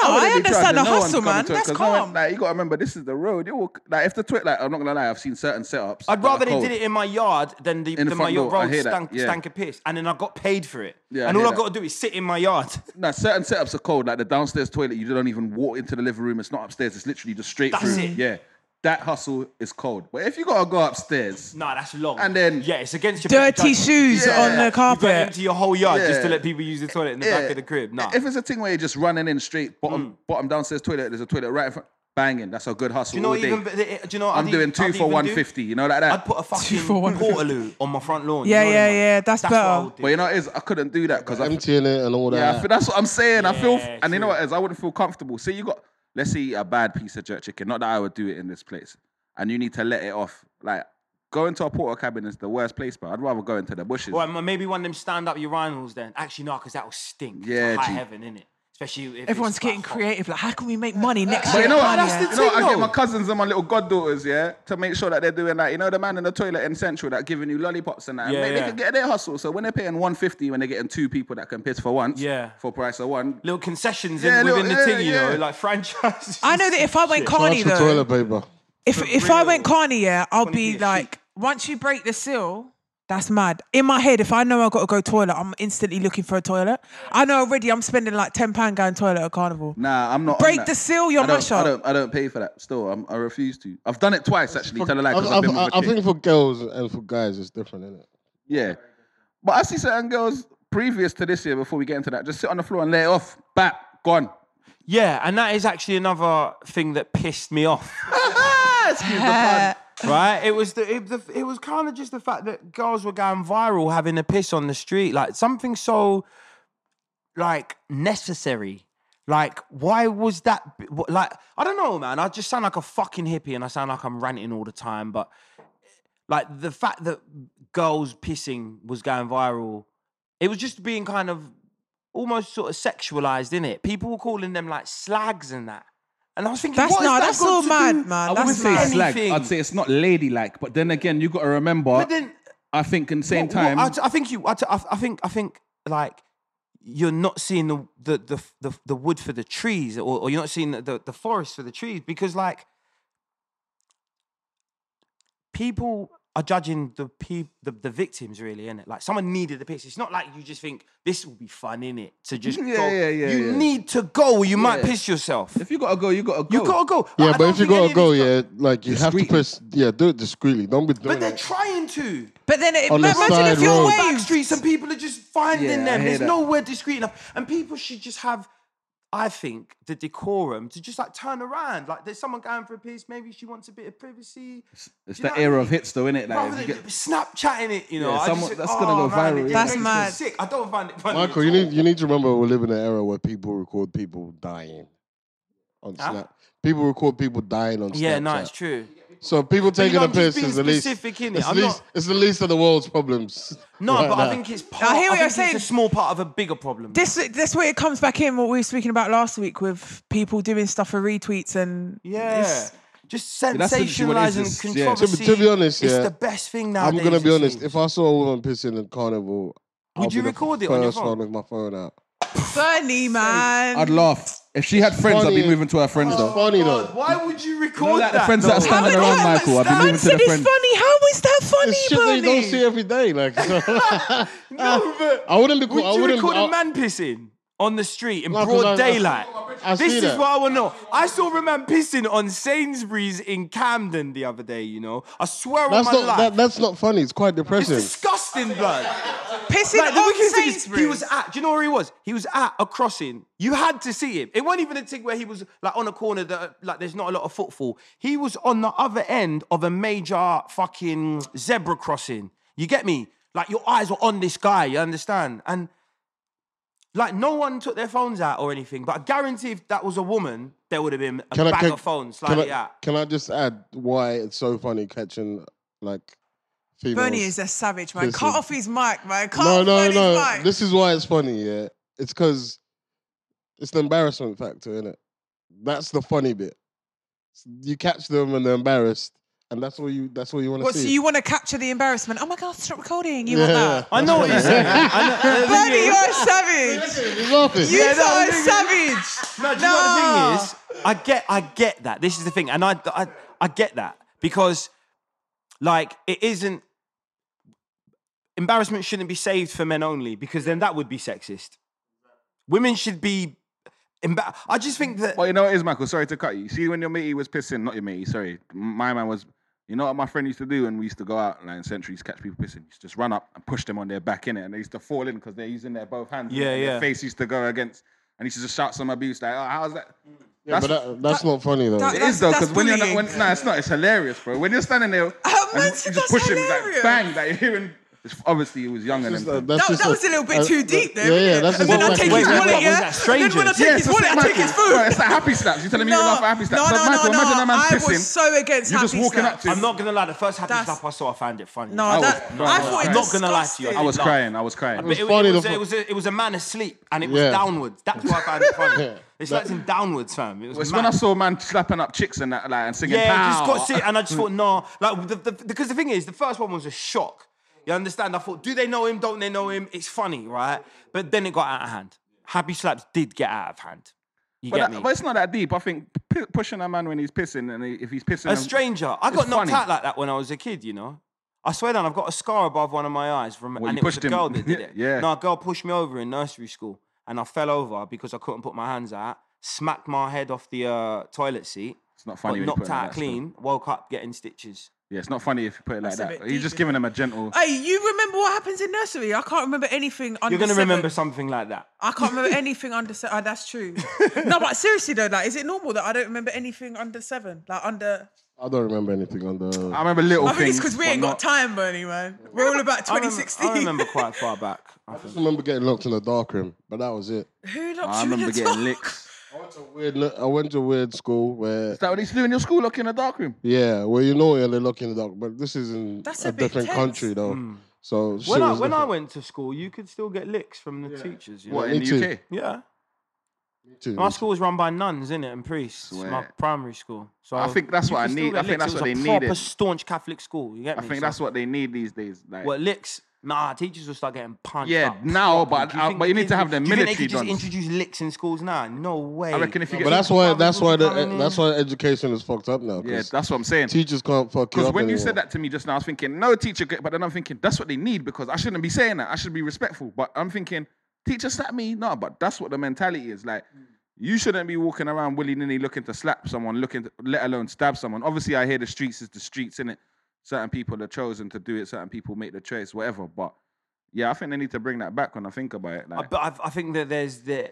S2: no,
S3: wouldn't
S2: I
S3: be
S2: understand
S3: charging
S2: the
S3: one
S2: hustle,
S3: coming
S2: man.
S3: to it,
S2: That's
S3: 'cause no one-
S2: calm.
S3: like you gotta remember, this is the road. You walk like if the twit like I'm not gonna lie, I've seen certain setups.
S1: I'd rather they did it in my yard than, the,
S3: In the
S1: than my
S3: front
S1: yard
S3: door, I
S1: road
S3: hear that,
S1: stank,
S3: yeah.
S1: stank of piss. And then I got paid for it.
S3: Yeah, I
S1: and all
S3: hear
S1: I
S3: that.
S1: got to do is sit in my yard.
S3: No, certain setups are cold. Like the downstairs toilet, you don't even walk into the living room. It's not upstairs. It's literally just straight
S1: That's
S3: through.
S1: it.
S3: Yeah, that hustle is cold. But if you gotta go upstairs,
S1: Nah, that's long.
S3: And then-
S1: yeah, it's against your better
S2: Dirty
S1: judgment.
S2: shoes
S3: Yeah.
S2: on the
S3: You
S1: You went
S2: carpet.
S1: into your whole yard just to
S3: Yeah.
S1: let people use the toilet in the back of the crib. Nah, Mm.
S3: If it's a thing where you're just running in straight bottom bottom downstairs toilet, there's a toilet right in front, banging. That's a good hustle.
S1: do you know
S3: all
S1: what
S3: day.
S1: even? but the- eh, Do you know what
S3: I'm
S1: I'd
S3: doing
S1: even-
S3: two
S1: I'd
S3: for
S1: even do?
S3: 150. You know like that.
S1: I'd put a fucking
S2: for 150.
S1: Waterloo on my front lawn.
S2: Yeah,
S1: you know
S2: yeah,
S1: them ones?
S2: yeah, that's
S1: what I
S2: better.
S1: would do.
S3: but you know what it is I couldn't do that because I
S4: Emptying it and all
S3: Yeah, I
S4: that.
S3: feel, that's what I'm saying. I feel,
S1: Yeah,
S3: and you know
S1: true.
S3: what? As I wouldn't feel comfortable. Say you got, let's say, you eat a bad piece of jerk chicken. Not that I would do it in this place, and you need to let it off. Like going to a porter cabin is the worst place, but I'd rather go into the bushes.
S1: Or m- maybe one of them stand up urinals then. Actually, no, because that'll stink.
S3: Yeah,
S1: It's high
S3: G.
S1: heaven, innit? Especially if it's "Oh,
S2: Everyone's
S1: quite
S2: getting
S1: hot.
S2: creative. Like, how can we make money next
S3: But
S2: year?
S3: you know what?
S2: Plan,
S1: that's
S2: yeah.
S1: the
S3: you know what? I get
S1: thing,
S3: my
S1: though.
S3: cousins and my little goddaughters, yeah, to make sure that they're doing that. You know, the man in the toilet in Central that giving you lollipops and that.
S1: Yeah,
S3: and they,
S1: yeah.
S3: they can get their hustle. So when they're paying 150, when they're getting two people that can piss for once,
S1: Yeah.
S3: for price of one,
S1: Little concessions
S3: Yeah,
S1: in,
S3: little-
S1: within the
S3: yeah,
S1: thing, you know,
S3: yeah.
S1: like franchises.
S2: I know that if I went
S4: Charge
S2: carny
S4: for
S2: though,
S4: toilet paper.
S2: if if I went
S1: real.
S2: carny, yeah, I'll
S1: Carny
S2: be
S1: is
S2: like, once you break the seal, that's mad. In my head, if I know I got to go toilet, I'm instantly looking for a toilet. I know already I'm spending like ten pound going toilet at carnival.
S3: Nah, I'm not. on
S2: Break
S3: that.
S2: the seal, you're
S3: I don't,
S2: mash
S3: I
S2: up.
S3: don't. I don't pay for that. Still, I'm, I refuse to. I've done it twice actually. Tell a lie,
S4: I,
S3: 'cause I've been
S4: I-
S3: with a
S4: I
S3: chick.
S4: think for girls and for guys, it's different, isn't it?
S3: Yeah, but I see certain girls previous to this year. Before we get into that, just sit on the floor and lay it off. Back gone.
S1: yeah, and that is actually another thing that pissed me off.
S3: Excuse the pun.
S1: right? It was the it, the, it was kind of just the fact that girls were going viral having a piss on the street, like something so like necessary. Like, why was that? b- wh- Like, I don't know, man. I just sound like a fucking hippie, and I sound like I'm ranting all the time. But like the fact that girls pissing was going viral, it was just being kind of almost sort of sexualized in it. People were calling them like slags and that. And I was thinking,
S2: That's
S1: what has
S2: no,
S1: that
S2: that's
S1: got
S2: all
S1: to
S2: mad,
S1: do
S2: man.
S1: with
S3: I
S2: That's
S3: wouldn't say
S2: mad.
S3: slag.
S1: anything?
S3: I'd say it's not ladylike. But then again, you got to remember.
S1: But then
S3: I think in the same
S1: Well,
S3: time,
S1: I, I think you. I, I think. I think like you're not seeing the the the the, the wood for the trees, or, or you're not seeing the, the the forest for the trees, because like people are judging the peop the, the victims really, innit? Like someone needed the piss. It's not like you just think this will be fun, innit? To just
S3: Yeah,
S1: go.
S3: yeah, yeah,
S1: you
S3: yeah.
S1: need to go, or you might
S3: Yeah.
S1: piss yourself.
S3: if you gotta go, you gotta go.
S1: You gotta go. I-
S4: Yeah,
S1: I
S4: but
S1: don't
S4: if you
S1: think any
S4: gotta
S1: of
S4: go,
S1: these
S4: yeah, like you have to
S3: Discreetly.
S4: press, yeah, do it discreetly. Don't be doing
S1: But they're
S4: it.
S1: trying to.
S2: But then it,
S4: On the
S2: imagine if
S4: side
S2: you're
S4: road.
S1: back
S2: waved.
S1: streets and people are just finding
S3: Yeah, I
S1: them.
S3: hear
S1: There's
S3: that.
S1: nowhere discreet enough. And people should just have, I think, the decorum to just like turn around. Like there's someone going for a piece, maybe she wants a bit of privacy.
S3: It's
S1: Do you
S3: the
S1: know what I
S3: era
S1: mean?
S3: of hits, though, innit? it?
S1: Rather
S3: Like,
S1: than
S3: if you get,
S1: Snapchatting it, you know.
S3: Yeah,
S1: I
S3: someone-
S1: just,
S3: that's
S1: oh,
S3: gonna go
S1: man, it
S3: viral,
S1: just
S3: yeah.
S1: makes me
S2: That's mad.
S1: Sick. I don't find it funny.
S4: Michael,
S1: at
S4: you
S1: all.
S4: need you need to remember we live in an era where people record people dying on
S1: Huh?
S4: Snap. People record people dying on Snapchat.
S1: Ah. Yeah, no, it's true.
S4: So people
S1: you
S4: taking
S1: know,
S4: a
S1: I'm just
S4: piss
S1: being
S4: is the least.
S1: specific, innit?
S4: It's,
S1: I'm
S4: least
S1: not-
S4: it's the least of the world's problems.
S1: No,
S4: right
S1: but
S4: now.
S1: I think it's part.
S2: I hear what
S1: think
S2: you're
S1: it's
S2: saying.
S1: a small part of a bigger problem.
S2: This this way it comes back in what we were speaking about last week with people doing stuff for retweets and
S1: yeah.
S2: it's-
S1: Just
S3: that's literally what it is,
S1: sensationalizing
S3: it's- yeah. To
S1: controversy.
S4: be- to be honest,
S1: it's
S4: yeah,
S1: the best thing now.
S4: I'm gonna be honest. If I saw a woman pissing in carnival,
S1: Would
S4: I'll
S1: you
S4: be
S1: record
S4: the
S1: it on your
S4: first
S1: phone?
S4: one with my phone out.
S2: funny man.
S3: I'd laugh. If she had friends, I'd
S4: funny.
S3: be moving to her friends,
S4: It's
S3: though.
S4: funny
S1: Oh God,
S4: though.
S1: why would you record
S3: All that, the
S1: that?
S3: friends that are
S1: though?
S3: standing
S2: How
S3: around
S2: is that-
S3: Michael, I'd be
S2: Man
S3: moving to
S2: said
S3: the
S2: it's
S3: friends.
S2: funny. How is that funny,
S4: It's shit that you don't
S2: Bernie?
S4: see every day. Like I
S1: No, but
S4: wouldn't be. Cool.
S1: would
S4: I
S1: you
S4: wouldn't.
S1: record
S4: I-
S1: a man pissing on the street in
S4: No, 'cause I-
S1: broad
S4: I-
S1: daylight?
S4: I
S1: this
S4: see
S1: is
S4: that.
S1: what I want to know. I saw a man pissing on Sainsbury's in Camden the other day. You know, I swear
S4: that's
S1: on my
S4: not.
S1: life,
S4: That, that's not funny. It's quite
S1: it's
S4: depressing.
S1: disgusting, blood.
S2: Pissing
S1: Like, the
S2: on
S1: wicked thing is,
S2: Sainsbury's.
S1: he was at. Do you know where he was? He was at a crossing. You had to see him. It wasn't even a thing where he was like on a corner that like there's not a lot of footfall. He was on the other end of a major fucking zebra crossing. You get me? Like your eyes were on this guy. You understand? And like no one took their phones out or anything. But I guarantee if that was a woman, there would have been a bag of phones like
S4: can I,
S1: that.
S4: Can I just add why it's so funny catching like females?
S2: Bernie is a savage, man.
S4: Listen.
S2: Cut off his mic, man. Cut
S4: no,
S2: off
S4: no,
S2: Bernie's
S4: no.
S2: mic.
S4: This is why it's funny. Yeah, it's because it's the embarrassment factor, innit? That's the funny bit. You catch them and they're embarrassed, and that's all you. That's all you want to
S2: what,
S4: see.
S2: so you want to capture the embarrassment? Oh my God, stop recording. You
S4: yeah,
S2: want that?
S1: I know uh, what you're saying. I know-
S2: Bernie, you're a savage.
S4: He's laughing.
S2: You
S1: Yeah, no,
S2: are a
S1: nigga.
S2: savage.
S1: No, do you know what the thing is? I get, I get that. This is the thing, and I, I, I get that because, like, it isn't. Embarrassment shouldn't be saved for men only because then that would be sexist. Women should be. Embar- I just think that.
S3: Well, you know what it is, Michael? Sorry to cut you. You see, when your matey was pissing, not your matey, sorry, m- my man was. You know what my friend used to do when we used to go out like in centuries, catch people pissing? Used to just run up and push them on their back in it, and they used to fall in because they're using their both hands. innit?
S1: Yeah,
S3: and
S1: yeah.
S3: Their face used to go against, and he used to just shout some abuse like, "Oh, how's that?"
S4: Yeah, but that, that's not funny though.
S2: that-
S3: It
S2: That's-
S3: is though,
S2: that's
S3: because when you're not,
S2: bullying.
S3: when, nah, it's not. It's hilarious, bro. When you're standing there,
S2: Oh,
S3: and
S2: man,
S3: you just
S2: that's
S3: pushing
S2: hilarious.
S3: like bang, like you're hearing. it's- Obviously, he was younger
S4: That's
S3: than.
S4: just a-
S3: them.
S4: that's
S2: That,
S4: just
S2: that was a little bit
S4: uh,
S2: too
S4: that-
S2: deep there.
S4: Yeah, yeah, that's
S2: and then I
S4: exactly
S2: take
S4: what
S1: Wait,
S2: his
S4: it
S1: wait,
S2: wallet,
S4: is.
S1: wait,
S2: yeah.
S1: was that
S2: And then when I
S1: strangers?
S2: take his
S3: it's
S2: wallet,
S3: like
S2: I take his
S3: Michael. Bro,
S2: food.
S3: it's like happy slaps. You're telling me you love happy
S2: No,
S3: slaps? But
S2: no,
S3: Michael,
S2: no,
S3: imagine
S2: no.
S3: a man
S2: I
S3: pissing.
S2: was so against
S3: You're just
S2: happy
S3: walking up
S2: slaps.
S3: to.
S1: I'm not gonna lie. The first happy
S2: That's-
S1: slap I saw, I found it funny.
S2: No,
S3: I was
S2: that,
S3: crying.
S2: I thought it
S1: I'm
S2: was
S1: not gonna lie to you.
S2: disgusting.
S3: I was
S1: No.
S3: crying. I was crying.
S1: But it, it,
S4: funny
S1: was,
S4: the-
S1: it, was a, it was a man asleep and it was
S4: Yeah.
S1: downwards. That's why I found it funny.
S4: Yeah.
S1: They slapped him downwards, fam. It was
S3: It's
S1: mad.
S3: when I saw a man slapping up chicks and that, like, and singing.
S1: Yeah, I just
S3: "Pow."
S1: got sick, and I just thought, nah. Like, the, the, because the thing is, the first one was a shock. You understand? I thought, do they know him? Don't they know him? It's funny, right? But then it got out of hand. Happy slaps did get out of hand. You
S3: But,
S1: get
S3: that-
S1: me?
S3: but it's not that deep. I think p- pushing a man when he's pissing and he, if he's pissing.
S1: a
S3: and-
S1: stranger. I
S3: it's
S1: got knocked
S3: funny.
S1: out like that when I was a kid. You know. I swear down, I've got a scar above one of my eyes from,
S3: What,
S1: and
S3: you
S1: it was
S3: pushed
S1: a
S3: him?
S1: girl that did it.
S3: Yeah.
S1: No, a girl pushed me over in nursery school, and I fell over because I couldn't put my hands out. Smacked my head off the uh, toilet seat.
S3: It's not
S1: Got
S3: funny. when you put
S1: knocked
S3: it like
S1: out
S3: that, still.
S1: clean. Woke up getting stitches.
S3: Yeah, it's not funny if you put it like
S2: That's a
S3: that.
S2: bit
S3: You're
S2: deep,
S3: just
S2: isn't
S3: giving him a gentle.
S2: Hey, you remember what happens in nursery? I can't remember anything under
S1: You're gonna
S2: seven.
S1: remember something like that.
S2: I can't remember anything under seven. Oh, that's true. no, but seriously though, like, is it normal that I don't remember anything under seven? Like under.
S4: I don't remember anything on the.
S3: I remember little
S2: I think
S3: things.
S2: it's because we
S3: but
S2: ain't
S3: not-
S2: got time, Bernie, man. We're all about
S1: I remember-
S2: 2016.
S1: I remember, quite far back. I
S4: I
S1: think.
S4: just remember getting locked in a dark room, but that was it.
S2: Who locked
S3: I
S2: you in
S3: remember
S2: the
S3: getting
S2: dark?
S3: licks.
S4: I went to a weird. lo- I went to a weird school where
S3: Is that what they used to do in your school, lock in the dark room?
S4: yeah, well you know you're locking the dog, but this is in
S2: That's
S4: a,
S2: a bit
S4: different
S2: tense.
S4: country though.
S1: Hmm.
S4: So
S1: When I when I went to school, you could still get licks from the teachers. You know?
S3: What
S4: me
S3: in the
S4: too.
S3: UK?
S1: Yeah,
S4: too.
S1: my school was run by nuns, innit, and priests. My
S3: Swear.
S1: primary school. So
S3: I think that's
S1: you
S3: what
S1: could
S3: I
S1: still
S3: need-
S1: get
S3: I think
S1: licks.
S3: that's
S1: It
S3: what
S1: was
S3: they
S1: a proper
S3: needed.
S1: staunch Catholic school. You get
S3: I
S1: me?
S3: think
S1: So-
S3: that's what they need these days. Like,
S1: What licks? Nah, teachers will start getting punched.
S3: Yeah,
S1: up,
S3: now,
S1: properly.
S3: but-
S1: Do you
S3: uh,
S1: think
S3: but you
S1: the
S3: need
S1: kids
S3: to have
S1: would-
S3: the
S1: Do you think they could
S3: military
S1: just
S3: dons.
S1: introduce licks in schools now? No way.
S3: I reckon if you
S4: but
S3: get,
S4: that's why that's why the,
S1: coming in.
S4: that's why education is fucked up now.
S3: yeah,
S4: 'cause
S3: that's what I'm saying.
S4: teachers can't fuck you
S3: Because
S4: up
S3: when you
S4: anymore.
S3: said that to me just now, I was thinking, no teacher, could- but then I'm thinking, that's what they need because I shouldn't be saying that. I should be respectful. But I'm thinking, teacher slap me? No, but that's what the mentality is. Like,
S1: Hmm.
S3: you shouldn't be walking around willy nilly looking to slap someone, looking, to, let alone stab someone. Obviously, I hear the streets is the streets, innit? Certain people are chosen to do it, certain people make the choice, whatever. But yeah, I think they need to bring that back when I think about it.
S1: Uh,
S3: Like,
S1: But I've- I think that there's the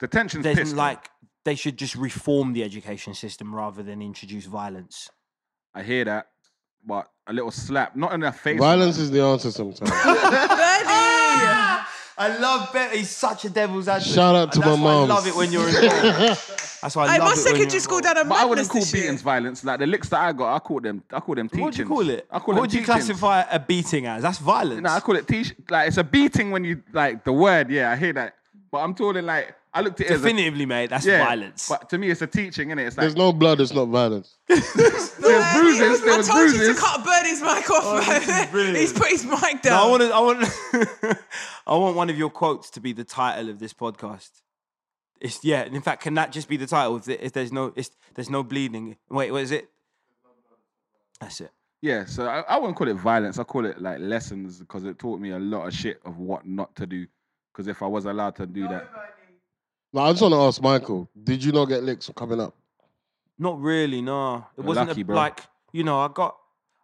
S3: the tension's
S1: there's
S3: pissed. Like,
S1: like they should just reform the education system rather than introduce violence.
S3: I hear that, but a little slap, not in their face.
S4: Violence is the answer sometimes.
S2: Bernie!
S1: I love Ben. He's such a devil's advocate.
S4: Shout out to
S1: And that's
S4: my
S1: why
S4: mum.
S1: I love it when you're involved. That's why I love
S2: Hey,
S1: it
S2: my
S1: when
S2: secondary
S1: you're
S2: school
S1: involved.
S2: down at
S3: But I
S2: madness
S3: wouldn't call
S2: this year.
S3: beatings violence. Like the licks that I got, I call them. I call them teachings.
S1: What do you call it?
S3: I call
S1: what
S3: them
S1: do you
S3: teachings.
S1: classify a beating as? That's violence.
S3: No, I call it teach. Like it's a beating when you like the word. Yeah, I hear that. But I'm talking like I looked at it
S1: Definitively, mate, that's
S3: as a yeah,
S1: violence.
S3: But to me, it's a teaching, innit? It's like
S4: There's no blood, it's not violence.
S3: there was bruises. There was
S2: I told you
S3: bruises.
S2: to cut Bernie's mic off,
S1: this is
S2: man.
S1: Oh, brilliant.
S2: He's put his mic
S1: No, I
S2: down.
S1: want to, I want I want one of your quotes to be the title of this podcast. It's yeah, and in fact, can that just be the title? If, the- if there's no, it's, there's no bleeding. Wait, what is it? That's it.
S3: Yeah, so I, I wouldn't call it violence. I call it like lessons because it taught me a lot of shit of what not to do. Because if I was allowed to do that,
S4: Now, I just want to ask Michael, did you not get licks coming up?
S1: Not really, no. It
S3: You're
S1: wasn't a-
S3: lucky, bro.
S1: like you know. I got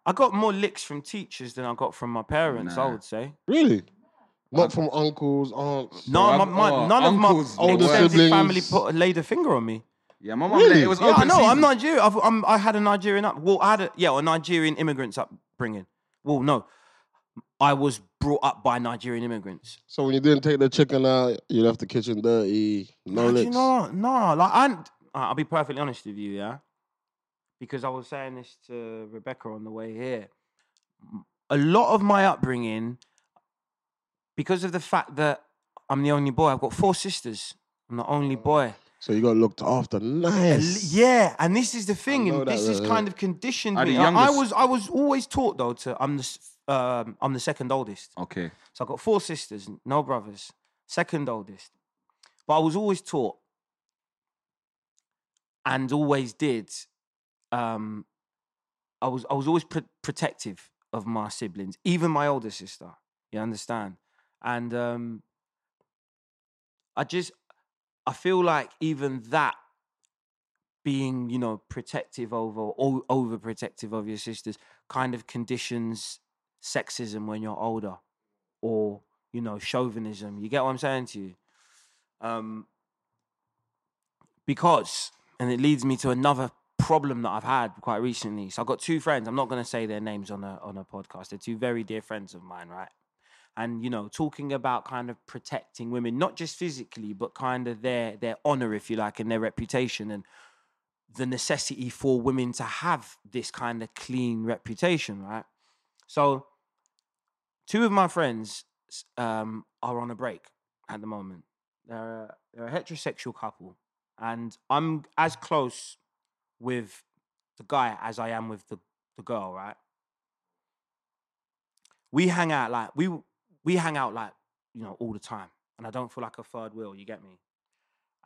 S1: I got more licks from teachers than I got from my parents. I
S3: Nah.
S1: would say
S4: Really? Not from uncles, aunts.
S1: no. My,
S3: I've-
S1: my,
S3: oh,
S1: none of my
S3: uncles,
S4: older
S1: extended
S4: siblings.
S1: family put, laid a finger on me.
S3: yeah, my mom.
S4: Really?
S3: It was
S1: Yeah, I
S3: open
S1: know.
S3: season.
S1: I'm Nigerian. I've, I'm, I had a Nigerian up. Well, I had a, yeah, a Nigerian immigrants upbringing. Well, no, I was brought up by Nigerian immigrants.
S4: So when you didn't take the chicken out, you left the kitchen dirty. No
S1: Nah, do
S4: licks.
S1: you know what? No, like I, I'll be perfectly honest with you, yeah, because I was saying this to Rebecca on the way here. M- A lot of my upbringing, because of the fact that I'm the only boy, I've got four sisters. I'm the only boy.
S4: So you got looked after.
S1: A
S4: Nice.
S1: li- Yeah, and this is the thing,
S4: know
S1: and
S4: that,
S1: this is
S4: yeah,
S1: kind of conditioned
S3: I'm the
S1: me. I, I
S3: youngest.
S1: was I was always taught though to I'm the s- um, I'm the second oldest,
S3: Okay.
S1: so I got four sisters, n- no brothers, second oldest. But I was always taught and always did. Um, I was I was always pr- protective of my siblings, even my older sister. You understand? And um, I just I feel like even that being you know protective over or overprotective of your sisters kind of conditions sexism when you're older or you know chauvinism you get what i'm saying to you um because and it leads me to another problem that i've had quite recently so i've got two friends i'm not going to say their names on a on a podcast they're two very dear friends of mine right and you know talking about kind of protecting women not just physically but kind of their their honor if you like and their reputation and the necessity for women to have this kind of clean reputation right so two of my friends s- um, are on a break at the moment they're a, they're a heterosexual couple and i'm as close with the guy as i am with the, the girl right we hang out like we we hang out like you know all the time and i don't feel like a third wheel you get me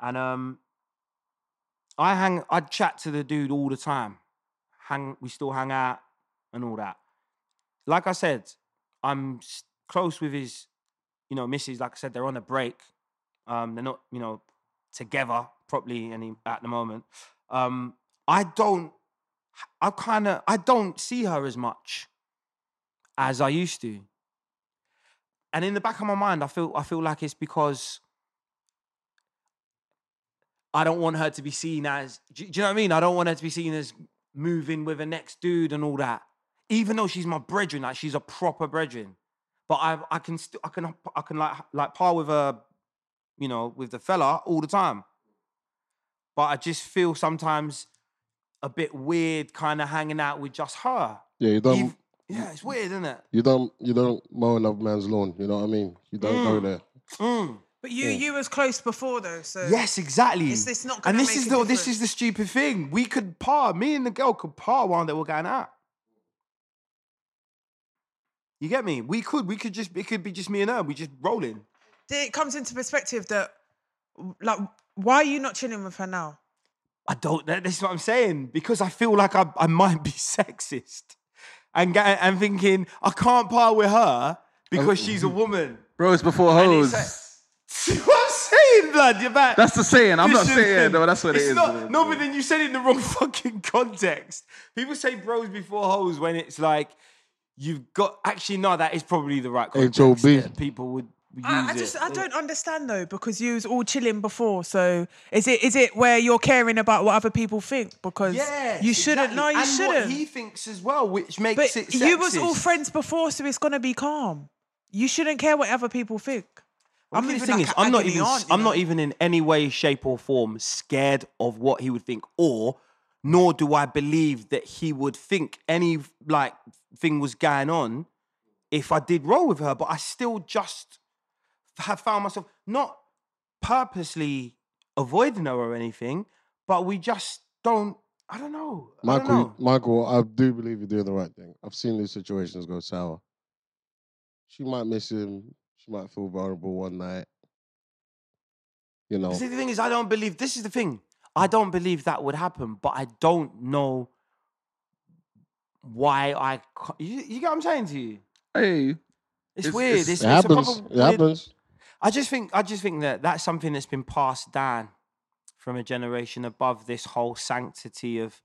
S1: and um i hang i chat to the dude all the time hang we still hang out and all that like i said i'm s- close with his you know missus like i said they're on a break um they're not you know together properly any at the moment um i don't i kind of i don't see her as much as I used to. And in the back of my mind, I feel I feel like it's because I don't want her to be seen as. Do, do you know what I mean? I don't want her to be seen as moving with the next dude and all that. Even though she's my brethren, like she's a proper brethren, but I I can still I can I can like like par with her, you know, with the fella all the time. But I just feel sometimes a bit weird, kind of hanging out with just her.
S4: Yeah, you don't.
S1: Eve- yeah, it's weird, isn't it?
S4: You don't you don't mow another man's lawn, you know what I mean? You don't go
S1: Mm.
S4: there.
S1: Mm.
S2: But you you was close before though, so
S1: Yes, exactly.
S2: It's- it's not
S1: and
S2: gonna
S1: this
S2: make
S1: is
S2: a
S1: the this
S2: difference.
S1: is the stupid thing. We could par. Me and the girl could par while they were going out. You get me? We could. We could just. It could be just me and her. We just rolling.
S2: it comes into perspective that like why are you not chilling with her now?
S1: I don't. know. This is what I'm saying because I feel like I, I might be sexist and ga- and thinking I can't par with her because she's a woman.
S3: Bro, it's before
S1: And it's
S3: hoes.
S1: like- See what I'm saying, blood? You're back.
S3: That's the saying. I'm not
S1: Listen,
S3: saying.
S1: man,
S3: No, that's what
S1: it's
S3: it is.
S1: Not, no, but then you said it in the wrong fucking context. People say bros before hoes when it's like you've got. Actually, no, that is probably the right context.
S4: H.O.B..
S1: that People would use
S2: I, I
S1: it.
S2: just I don't understand though because you was all chilling before. So is it is it where you're caring about what other people think? Because
S1: Yes,
S2: you shouldn't.
S1: exactly.
S2: No, you
S1: and
S2: shouldn't.
S1: What he thinks as well, which makes
S2: but
S1: it.
S2: you was all
S1: sexist.
S2: friends before, so it's gonna be calm. You shouldn't care what other people think.
S1: I'm the
S2: living
S1: thing
S2: like
S1: is,
S2: a
S1: I'm not
S2: agony
S1: even.
S2: aunt, you
S1: I'm
S2: know?
S1: not even in any way, shape, or form scared of what he would think, or nor do I believe that he would think any like thing was going on if I did roll with her. But I still just have found myself not purposely avoiding her or anything, but we just don't. I don't know. I
S4: Michael
S1: don't know.
S4: Michael, I do believe you're doing the right thing. I've seen these situations go sour. She might miss him, she might feel vulnerable one night. You know.
S1: Because the thing is, I don't believe. This is the thing. I don't believe that would happen, but I don't know why I. ca- You, you get what I'm saying to you?
S3: Hey,
S1: It's,
S3: It's-
S1: weird. It's,
S3: it's-
S4: It
S1: it's, a proper
S4: happens. It
S1: weird-
S4: happens.
S1: I just think I just think that that's something that's been passed down from a generation above this whole sanctity of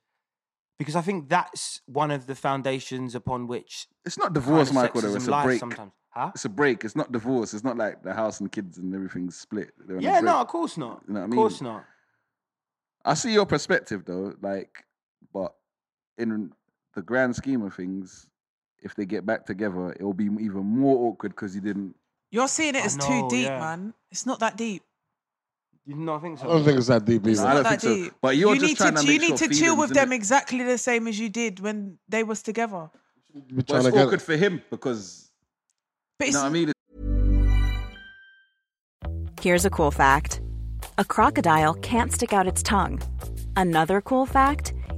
S1: because I think that's one of the foundations upon which
S3: it's not
S1: kind
S3: divorce,
S1: of
S3: Michael. Though
S1: sexism
S3: it's a
S1: lies
S3: break.
S1: sometimes, huh?
S3: It's a break. It's not divorce. It's not like the house and kids and everything's split. They're on a
S1: Yeah, no,
S3: break.
S1: of course not.
S3: You know what I
S1: Of course
S3: mean?
S1: not.
S3: I see your perspective though, like, but in the grand scheme of things, if they get back together, it'll be even more awkward because you didn't.
S2: You're seeing it
S1: I
S2: as
S1: know,
S2: too deep,
S1: yeah.
S2: man. It's not that deep.
S1: You know, I think so.
S4: I don't think it's that deep
S3: No,
S4: either.
S3: I
S2: Not
S3: don't
S2: that
S3: think so.
S2: deep.
S3: But you're
S2: you
S3: just
S2: need
S3: trying
S2: to
S3: to
S2: you
S3: make
S2: need
S3: sure
S2: to chill
S3: feelings,
S2: with
S3: innit?
S2: them exactly the same as you did when they was together.
S4: We're
S3: But
S4: trying
S3: it's
S4: to get
S3: awkward for him because
S2: But
S3: you
S2: it's
S3: know what I mean.
S5: Here's a cool fact a crocodile can't stick out its tongue. Another cool fact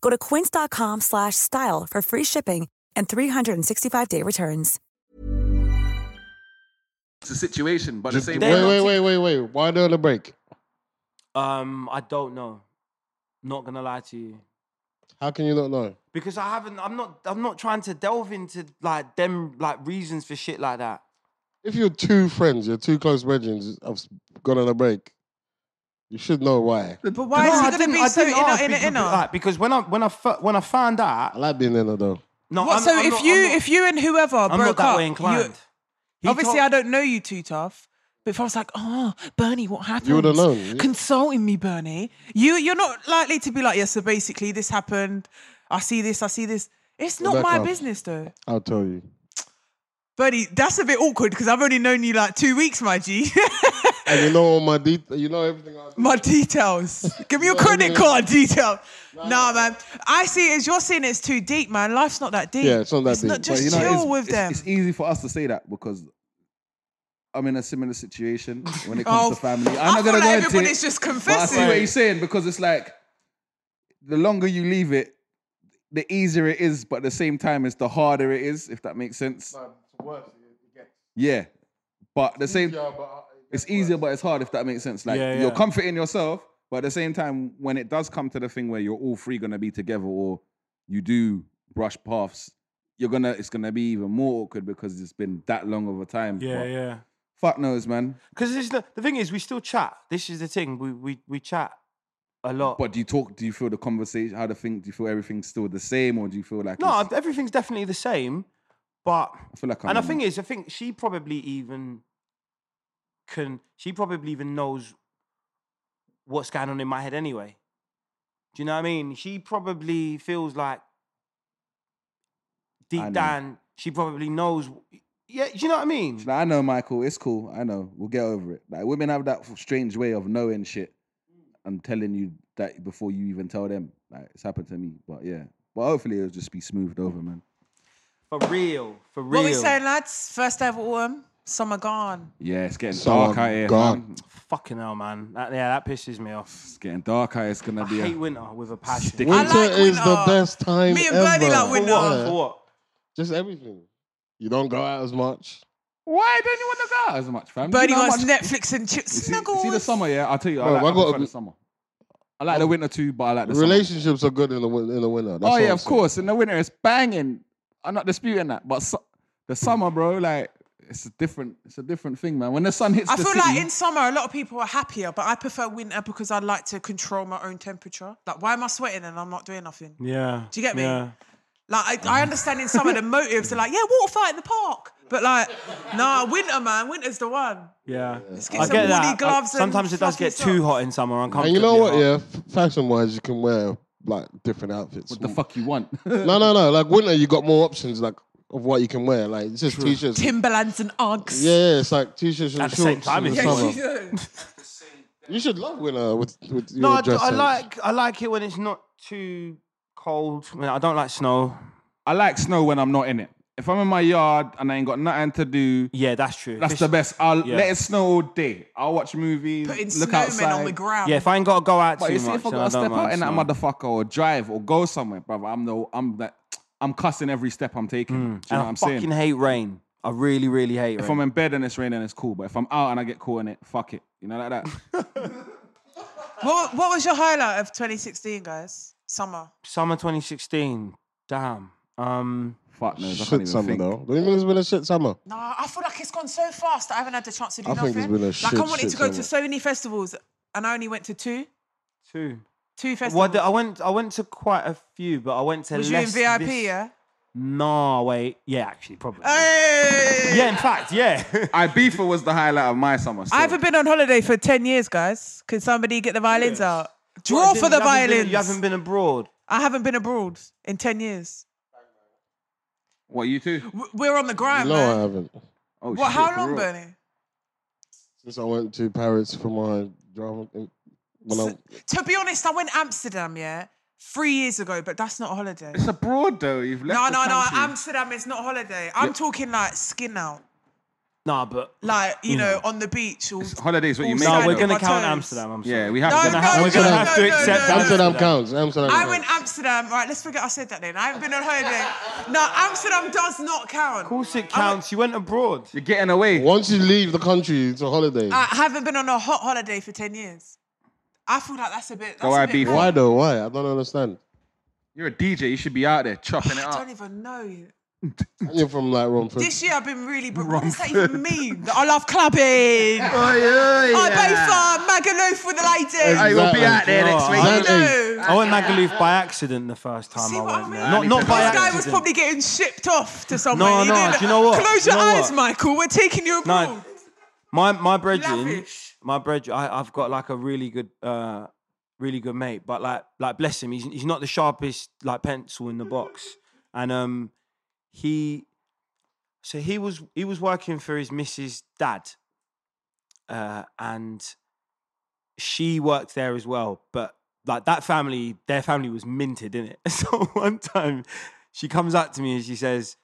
S6: Go to quince.com/style slash style for free shipping and 365-day returns.
S3: It's a situation, but
S4: Just-
S3: the
S4: wait,
S3: same.
S1: They-
S4: wait, wait, wait, wait. Why they're on a break?
S1: Um, I don't know. Not gonna lie to you.
S4: How can you not know?
S1: Because I haven't I'm not I'm not trying to delve into like them like reasons for shit like that.
S4: If you're two friends, you're two close brethren, have gone on a break. You should know why.
S2: But why is
S1: I
S2: he going to
S1: didn't-
S2: be
S1: I
S2: so
S1: didn't ask
S2: inner, inner,
S1: because-
S2: inner?
S1: Like, because when I when I fir- when I found
S4: I
S1: out,
S4: like being in there though.
S1: no.
S2: What?
S1: I'm,
S2: so
S1: I'm
S2: if
S1: not-
S2: you,
S1: I'm not,
S2: if you and whoever
S1: I'm not
S2: broke
S1: that
S2: up,
S1: way
S2: you-
S1: inclined. He
S2: obviously
S1: told-
S2: I don't know you too tough. But if I was like, oh, Bernie, what happened?
S4: would've known.
S2: Consulting me, Bernie. You, you're not likely to be like, yeah. So basically, this happened. I see this. I see this. It's not my
S4: Rebecca.
S2: business, though.
S4: I'll tell you.
S2: Bernie, that's a bit awkward because I've only known you like two weeks, my G.
S4: And you know all my details. You know everything. I do.
S2: My details. Give me your credit card detail. Nah, man. I see it as you're seeing it's too deep, man. Life's not that deep.
S4: Yeah, it's not that deep.
S2: Not,
S4: But
S2: just
S4: you know,
S2: chill
S3: it's-
S2: with
S3: it's-
S2: them.
S3: It's easy for us to say that because I'm in a similar situation when it comes
S2: Oh,
S3: to family. I'm
S2: I
S3: not
S2: feel
S3: gonna
S2: like
S3: go into
S2: everybody's
S3: it,
S2: just
S3: But I see what
S2: confessing.
S3: you're saying because it's like the longer you leave it, the easier it is, but at the same time, it's the harder it is. If that makes sense. Yeah, but the same. It's easier, but it's hard. If that makes sense, like
S1: Yeah,
S3: you're
S1: yeah.
S3: comforting yourself, but at the same time, when it does come to the thing where you're all three gonna be together, or you do brush paths, you're gonna it's gonna be even more awkward because it's been that long of a time.
S1: yeah,
S3: But
S1: yeah.
S3: Fuck knows, man.
S1: Because the, the thing is, we still chat. This is the thing. We we we chat a lot.
S3: But do you talk? Do you feel the conversation? How the thing? Do you feel everything's still the same, or do you feel like
S1: no,
S3: it's-
S1: I- everything's definitely the same. But
S3: I feel like I'm
S1: and the
S3: on-
S1: thing is, I think she probably even can. She probably even knows what's going on in my head anyway. Do you know what I mean? She probably feels like
S3: know.
S1: deep down, she probably knows. Yeah, do you know what I mean?
S3: She's like, I know, Michael. It's cool. I know. We'll get over it. Like women have that strange way of knowing shit
S1: Mm.
S3: and telling you that before you even tell them. Like it's happened to me. But yeah. But hopefully it'll just be smoothed over, man.
S1: For real, for real.
S2: What we saying, lads? First day of autumn, summer gone.
S3: Yeah, it's getting
S4: So
S3: dark out here.
S4: gone.
S3: man.
S1: Fucking hell, man. That, yeah, that pisses me off.
S3: It's getting dark out. here. It's gonna
S1: I
S3: be.
S1: hate
S3: A,
S1: winter with a passion.
S3: Stick-
S4: Winter
S2: I like
S4: is the
S2: winter.
S4: best time.
S2: Me and
S4: ever.
S2: Bernie like
S1: For
S2: winter.
S1: what?
S4: Yeah.
S1: For what?
S4: Just everything. You don't go out as much.
S3: why don't you want to go out as much, fam? Do you
S2: Bernie
S3: know how
S2: wants
S3: much-
S2: Netflix and chips.
S3: You see,
S2: Snuggles.
S3: see the summer, yeah. I'll tell you. I
S4: Bro,
S3: like
S4: I
S3: I
S4: got a
S3: prefer the
S4: bl-
S3: summer. I like the winter too, but I like the summer.
S4: Relationships are good in the win- in the winter. That's
S3: Oh
S4: all
S3: yeah,
S4: I'm
S3: of
S4: saying.
S3: course. In the winter, it's banging. I'm not disputing that, but su- the summer, bro, like it's a different, it's a different thing, man. When the sun hits
S2: I
S3: the
S2: feel
S3: city,
S2: like in summer a lot of people are happier, but I prefer winter because I like to control my own temperature. Like, why am I sweating and I'm not doing nothing?
S1: Yeah.
S2: Do you get me?
S1: Yeah.
S2: Like, I, I understand in summer the motives are like, yeah, water fight in the park, but like, nah, winter, man, winter's the one.
S1: Yeah.
S2: get some woolly gloves and
S1: Sometimes it does get
S2: fluffy
S1: too
S2: socks.
S1: hot in summer. Uncomfortably
S4: And you know what?
S1: hot.
S4: Yeah, f- fashion-wise, you can wear like different outfits.
S3: what the fuck you want?
S4: No, no, no. Like winter, you got more options like of what you can wear. Like it's just t-shirts.
S2: Timberlands and Uggs.
S4: Yeah, yeah, it's like t-shirts and
S1: At the
S4: shorts.
S1: same time,
S4: in the
S1: it's
S4: summer.
S2: Yeah,
S1: summer.
S2: you know.
S4: You should love winter with with your
S1: No, I, d-
S4: dress
S1: I
S4: sense.
S1: like I like it when it's not too cold. I, mean, I don't like snow.
S3: I like snow when I'm not in it. If I'm in my yard and I ain't got nothing to do,
S1: Yeah, that's true.
S3: that's
S1: If
S3: the
S1: it's-
S3: best. I'll
S1: yeah.
S3: let it snow all day. I'll watch movies,
S2: Putting
S3: look
S2: snowmen
S3: outside.
S2: on the ground.
S1: Yeah, if I ain't got to go out
S3: But
S1: too
S3: you see,
S1: much,
S3: if I
S1: then
S3: gotta
S1: don't
S3: step out
S1: mind
S3: in that
S1: snow.
S3: motherfucker or drive or go somewhere, brother, I'm no, I'm that, I'm cussing every step I'm taking. Do you know
S1: Mm. And
S3: what
S1: I
S3: I'm
S1: fucking
S3: saying?
S1: hate rain. I really, really hate
S3: If
S1: rain.
S3: I'm in bed and it's raining, it's cool. But if I'm out and I get caught in it, fuck it. You know, like that.
S2: What, what was your highlight of 2016, guys? Summer.
S1: Summer 2016. Damn. Um,
S3: fuck no, I can't even
S4: Shit summer
S3: think.
S4: though. Don't you think it's been a shit summer?
S2: No, I feel like it's gone so fast that I haven't had the chance to do
S4: I
S2: nothing.
S4: think it's been a
S2: like
S4: shit,
S2: I wanted
S4: shit
S2: to go to so many festivals and I only went to two.
S1: two.
S2: Two festivals.
S1: Well, I went. I went to quite a few, but I went to.
S2: was you in
S1: less
S2: VIP,
S1: this-
S2: yeah?
S1: Nah, wait. Yeah, actually, probably.
S2: Hey!
S1: yeah, in fact, yeah.
S3: Ibiza was the highlight of my summer. still.
S2: I haven't been on holiday for 10 years, guys. Could somebody get the violins out? Draw
S1: What,
S2: for
S1: didn't- you
S2: the
S1: haven't been-
S2: violins.
S1: you haven't been abroad.
S2: I haven't been abroad in 10 years.
S3: What you two?
S2: W- We're on the grind,
S4: No, I
S2: man.
S4: haven't.
S3: Oh
S2: what,
S3: shit,
S2: how
S3: for
S2: long,
S3: real.
S2: Bernie?
S4: Since I went to Paris for my drama, eh, when I,
S2: To be honest, I went Amsterdam, yeah, three years ago, but that's not a holiday.
S3: It's abroad though. You've left.
S2: No,
S3: the
S2: no, no.
S3: country.
S2: Amsterdam is not a holiday. I'm talking like skin out,
S1: Nah, but
S2: like you know, on the beach. Or...
S3: Hmm. It's holidays what you
S2: All
S3: make.
S2: Nah,
S1: no,
S3: it,
S1: we're
S2: on
S3: though.
S1: gonna
S2: my
S1: count
S2: toes.
S1: Amsterdam. I'm
S3: Yeah,
S1: sorry.
S3: we have.
S2: No,
S3: we're gonna
S2: no,
S3: have,
S2: no,
S3: we're Oh, gonna
S2: no,
S3: have
S2: no,
S3: to
S2: no,
S3: accept
S2: no.
S3: that.
S4: Amsterdam counts. Amsterdam.
S2: I
S4: counts.
S2: went Amsterdam. Right, let's forget I said that. Then I haven't been on holiday. No, Amsterdam does not count.
S1: Of course it counts. You went abroad.
S3: You're getting away.
S4: Once you leave the country, it's a holiday.
S2: I haven't been on a hot holiday for ten years. I feel like that's a bit. That's
S3: Go
S2: a bit
S3: Ibiza.
S4: Why though? Why? I don't understand.
S3: You're a DJ. You should be out there chopping it
S2: I
S3: up.
S2: don't even know you.
S4: And You're from like Romford.
S2: This year I've been really. But what does that even mean? That I love clubbing.
S4: Oh,
S2: I both are Magaluf with the ladies.
S3: I will be out there next week.
S4: Exactly.
S2: No.
S1: I went Magaluf by accident the first
S3: Oh,
S1: time
S2: See
S1: I
S2: what I
S1: went there.
S2: mean?
S1: Not, not
S3: This
S1: by
S2: This
S1: accident.
S2: guy was probably getting shipped off to somewhere.
S1: No,
S2: He
S1: no,
S2: didn't-
S1: do you know what?
S2: Close
S1: Do you
S2: your
S1: know
S2: eyes,
S1: what?
S2: Michael. We're taking you abroad.
S1: No, my my brethren,
S2: Lavish.
S1: my brethren, I, I've got like a really good, uh, really good mate. But like, like bless him, he's he's not the sharpest like pencil in the box, and um, he, so he was he was working for his missus dad, uh, and she worked there as well. But like that family, their family was minted in it. So one time, she comes up to me and she says,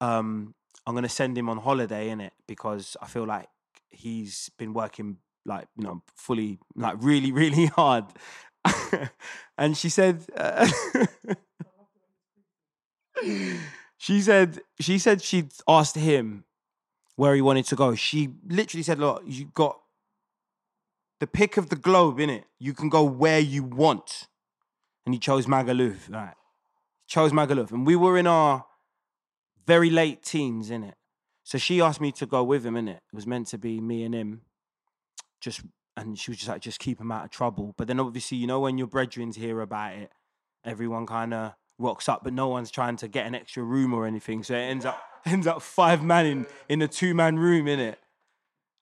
S1: um, I'm gonna send him on holiday in it because I feel like he's been working like you know fully like really really hard. and she said, uh, she said she said she'd asked him where he wanted to go. She literally said, "Look, you got the pick of the globe in it. You can go where you want." And he chose Magaluf. Right, chose Magaluf, and we were in our very late teens in it. So she asked me to go with him in it. It was meant to be me and him. Just and she was just like, just keep him out of trouble. But then obviously, you know, when your brethren's hear about it, everyone kind of rocks up, but no one's trying to get an extra room or anything. So it ends up ends up five man in in a two man room in it.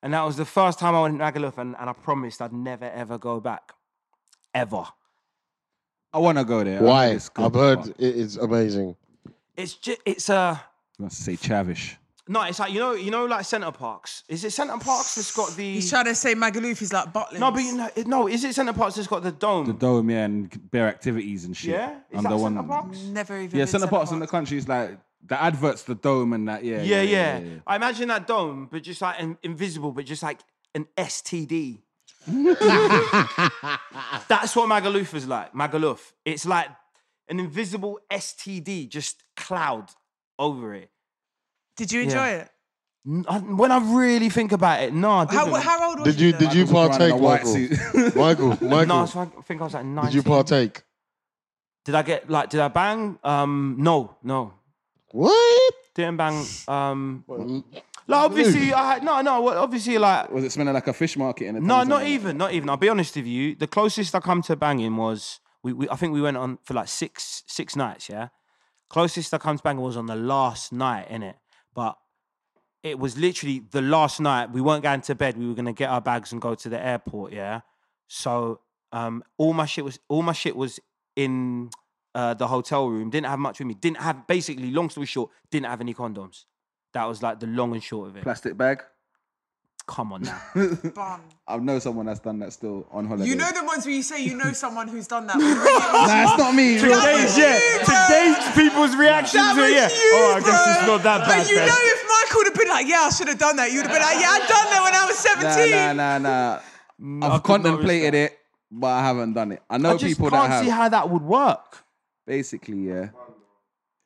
S1: And that was the first time I went to Magaluf, and, and I promised I'd never ever go back, ever.
S3: I want to go there. I know
S4: Why?
S3: it's good,
S4: I've heard
S3: but
S4: it is amazing.
S1: It's just it's a
S3: I'm gonna say Chavish.
S1: no, it's like you know you know like Centre Parks. Is it Centre Parks that's got the
S2: He's trying to say Magaluf is like Butlins.
S1: No, but you know, it- no, is it Centre Parks that's got the dome?
S3: The dome, yeah, and bear activities and shit.
S1: yeah? Is
S3: I'm
S1: that
S3: the
S1: Centre
S3: one.
S1: Parks?
S2: Never even.
S3: Yeah,
S2: been
S3: centre
S2: to
S3: parts in the
S2: Denmark.
S3: country is like the adverts, the dome, and that. Yeah,
S1: Yeah yeah, I imagine that dome, but just like an invisible, but just like an STD. That's what Magaluf is like. Magaluf. It's like an invisible STD, just cloud over it.
S2: Did you enjoy
S1: Yeah.
S2: it?
S1: N- I- When I really think about it, no, I didn't.
S2: How, how old was
S4: Did you
S2: then?
S4: did you
S3: Michael's crying in
S4: partake,
S3: a white
S4: Michael?
S3: suit.
S4: Michael,
S1: no, I
S4: Michael,
S1: think- I think I was like 19.
S4: did you partake?
S1: Did I get like? Did I bang? Um, no, no,
S4: What?
S1: didn't bang. Um,
S4: What?
S1: like obviously I had no, no. well, Obviously, like
S3: Was it smelling like a fish market? In the
S1: No,
S3: town
S1: not
S3: centre?
S1: even, not even. I'll be honest with you. The closest I come to banging was we, we. I think we went on for like six six nights. Yeah, closest I come to banging was on the last night in it, but it was literally the last night. We weren't going to bed. We were gonna get our bags and go to the airport. Yeah, so um, all my shit was all my shit was in uh, the hotel room. Didn't have much with me. Didn't have basically. Long story short, didn't have any condoms. That was like the long and short of it.
S3: plastic bag.
S1: Come on now.
S2: Bun.
S3: I know someone that's done that still on holiday.
S2: You know the ones where you say you know someone who's done that. Really?
S3: Nah, it's not me.
S1: Today's,
S2: was
S1: yeah.
S2: you,
S1: Today's people's reactions
S2: That
S1: are,
S2: was
S1: yeah.
S2: you,
S1: oh, I guess it's
S2: bro.
S1: not that bad.
S2: But you
S1: then.
S2: know, if Michael would have been like, "Yeah, I should have done that," you'd have been like, "Yeah, I done that when I was 17."
S3: nah, nah, nah, nah. I've
S1: Mm, could notice
S3: contemplated
S1: that.
S3: it, but I haven't done it. I know
S1: I just
S3: people
S1: can't
S3: that have.
S1: see how that would work.
S3: Basically, yeah,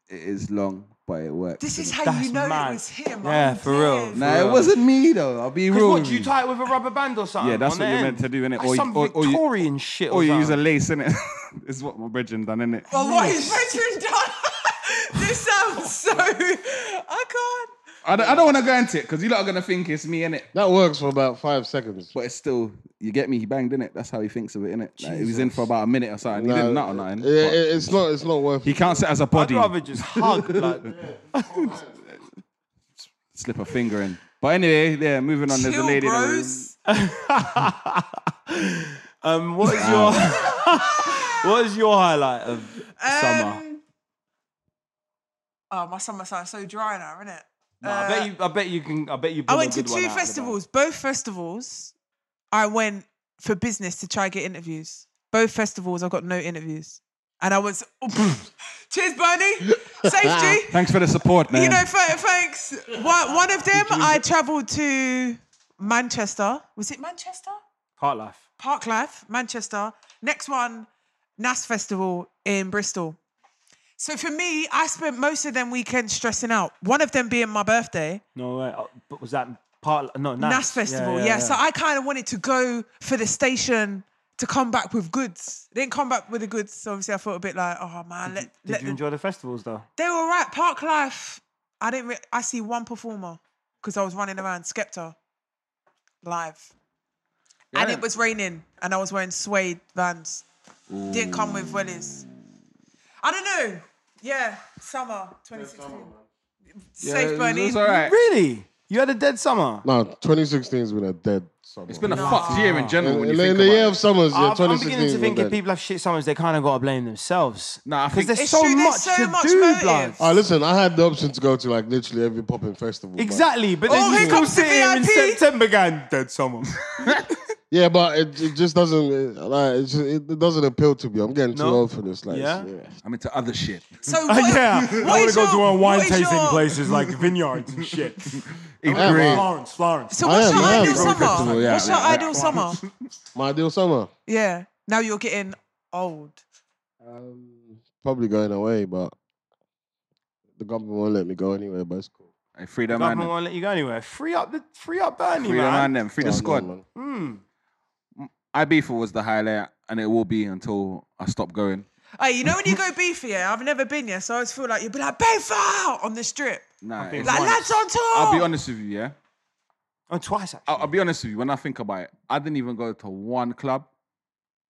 S3: it is long.
S7: but it worked.
S2: This is
S7: didn't it?
S2: how
S1: That's
S2: you know
S1: mad.
S2: it was him.
S1: Yeah,
S2: I'm
S1: for real.
S2: dead.
S7: Nah, it
S3: real.
S7: wasn't me though. I'll be
S1: Because
S7: real.
S1: what,
S7: with
S1: do you tie it with a rubber band or something?
S3: Yeah,
S1: Um,
S3: that's
S1: on
S3: what
S1: the
S3: you're
S1: end?
S3: meant to do, innit?
S1: Like
S3: Or you-
S1: some
S3: or- or you-
S1: Victorian shit or,
S3: Or you
S1: something.
S3: use a lace, innit? It's what my brethren done, innit?
S2: But what is Brethren done? this sounds so. I can't.
S3: I don't, I don't want to go into it because you lot are going to think it's me, innit?
S4: That works for about five seconds.
S7: But it's still, you get me? He banged, innit? That's how he thinks of it, innit? Like, he was in for about a minute or something. he didn't nut or nothing.
S4: it-
S7: but
S4: it- it's not. It's not worth.
S3: He counts it as a
S1: I'd
S3: body.
S1: rather just hug. Like,
S3: Slip a finger in. But anyway, yeah, moving on. There's a
S2: Chill,
S3: lady in the room.
S2: bros.
S1: um, what is your what is your highlight of summer?
S2: Um, Oh, my summer sounds so dry now, isn't it?
S1: Nah, I bet you. I bet you can. I bet you.
S2: I
S1: pull a
S2: went to
S1: good one
S2: two
S1: out of the bag.
S2: festivals. Both festivals, I went for business to try get interviews. Both festivals, I got no interviews, and I was. Cheers, Bernie. Safety.
S3: Thanks for the support, man.
S2: You know, th- thanks. One, one of them, I travelled to Manchester. Was it Manchester?
S1: Part life.
S2: Park Life, Manchester. Next one, NAS Festival in Bristol. So for me, I spent most of them weekends stressing out. One of them being my birthday,
S1: No way. Oh, but was that part? No, Nas,
S2: NAS, Festival.
S1: Yeah.
S2: Yeah, So I kind of wanted to go for the station to come back with goods. They didn't come back with the goods. So obviously I felt a bit like, oh man, let,
S1: Did
S2: let
S1: you
S2: them-
S1: enjoy the festivals though?
S2: They were all right. Park Life. I didn't. Re- I see one performer because I was running around Skepta live, and it was raining, and I was wearing suede Vans. Didn't come with wellies. I don't know. Yeah, summer 2016.
S3: Yeah,
S2: Safe Bernie.
S3: It's all right.
S1: Really? You had a dead summer.
S4: No, 2016's been a dead summer.
S3: It's been a fucked year in general. When you
S4: in, in
S3: think
S4: the
S3: about
S4: year
S3: it.
S4: of summers, yeah,
S1: I'm- I'm
S4: 2016
S1: beginning to
S4: was
S1: think
S4: dead.
S1: if people have shit summers, they kind of gotta blame themselves.
S3: Nah, I
S1: because
S3: think-
S1: there's
S2: It's
S1: so
S2: true, there's
S1: much
S2: so
S1: to
S2: much
S1: do,
S2: motive.
S1: blood.
S4: Ah, listen, I had the option to go to like literally every popping festival. man.
S1: Exactly, but then
S2: Oh,
S1: you
S2: here
S1: still
S2: comes the
S1: sit here in
S2: VIP.
S1: September again, dead summer.
S4: Yeah, but it, it just doesn't. It, like, it, just, it doesn't appeal to me. I'm getting too
S1: No?
S4: old for this. Like,
S1: Yeah?
S3: I'm into other shit.
S2: So
S1: Uh,
S2: what, what is your- what is your-
S1: like vineyards and shit.
S2: So
S3: Agree.
S4: I
S2: what's
S4: am,
S2: your
S4: I am
S2: ideal
S4: from
S2: summer?
S4: Festival, yeah,
S2: what's your ideal summer?
S4: My ideal summer,
S2: Yeah. Now you're getting old.
S4: probably going away, but the government won't let me go anyway. But it's cool.
S3: Hey, free them man.
S1: Government
S3: them.
S1: won't let you go anywhere. Free up the free up Bernie,
S3: Free them
S1: man.
S3: man. them. Free the
S4: Oh, no,
S3: squad.
S4: man.
S3: Ibiza was the highlight, and it will be until I stop going.
S2: Hey, you know when you go beefy, yeah? I've never been yet, so I always feel like you'd be like, Befa! on the strip.
S3: Nah,
S1: being
S3: it's-
S2: Like,
S1: Once.
S2: lads on tour!
S3: I'll be honest with you, yeah.
S1: Oh, twice actually.
S3: I'll, I'll be honest with you. When I think about it, I didn't even go to one club.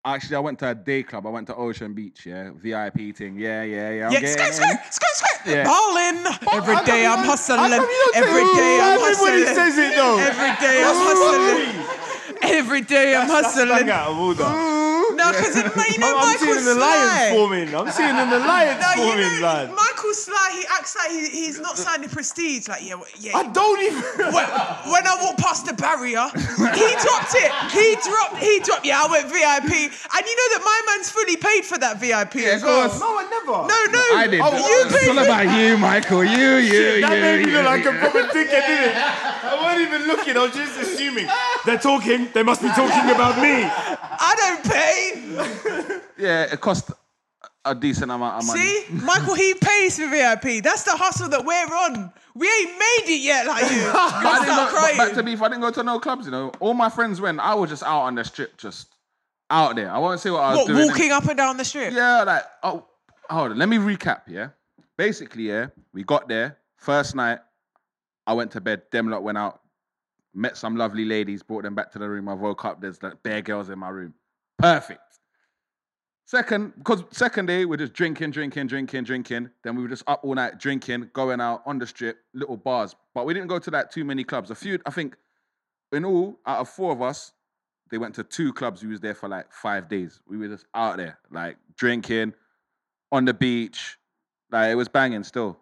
S3: Actually, I went to a day club. I went to Ocean Beach, yeah, VIP thing. Yeah, yeah, yeah. I'm
S2: Yeah,
S3: getting-
S2: skirt, skirt, skirt, skirt!
S3: Yeah.
S2: Bowling! Every day I'm hustling. Every day I'm
S1: Everybody
S2: hustling.
S1: says it though.
S2: Every day I'm hustling. Every day I'm hustling.
S1: out of order.
S2: No, because you know
S1: I'm, I'm
S2: Michael
S1: seeing an alliance
S2: Sly.
S1: forming. I'm seeing an alliance
S2: No, you
S1: forming,
S2: know,
S1: lad.
S2: Michael Sly, he acts like he, he's not signing prestige. Like, yeah, well, yeah.
S1: I don't even.
S2: when, when I walked past the barrier, he dropped it. He dropped. He dropped. Yeah, I went VIP, and you know that my man's fully paid for that VIP as well.
S3: course.
S1: No, I never.
S2: No, no,
S3: I did.
S2: You
S3: it's
S2: paid
S3: all
S2: for
S3: about you, Michael. You,
S1: Oh,
S3: you,
S1: Shit, that
S3: you.
S1: made me
S3: you,
S1: look like
S3: you.
S1: a proper dickhead, didn't it? I wasn't even looking. I was just assuming they're talking. They must be talking about me.
S2: I don't pay.
S3: Yeah, it cost a decent amount of money.
S2: See, Michael, he pays for VIP. That's the hustle that we're on. We ain't made it yet, like you.
S3: But I
S2: You'll
S3: didn't
S2: start
S3: go, but back
S2: crying.
S3: to beef, I didn't go to no clubs, you know. All my friends went. I was just out on the strip, just out there. I won't say what I was
S2: What,
S3: doing.
S2: walking up and down the strip?
S3: Yeah, like, oh, hold on. Let me recap, yeah? Basically, yeah, we got there. First night, I went to bed. Them lot went out, met some lovely ladies, brought them back to the room. I woke up. There's like bare girls in my room. Perfect. Second, because second day, we're just drinking, drinking, drinking, drinking. Then we were just up all night drinking, going out on the strip, little bars. But we didn't go to like too many clubs. A few, I think, in all, out of four of us, they went to two clubs. We was there for like five days. We were just out there, like drinking, on the beach. Like it was banging still.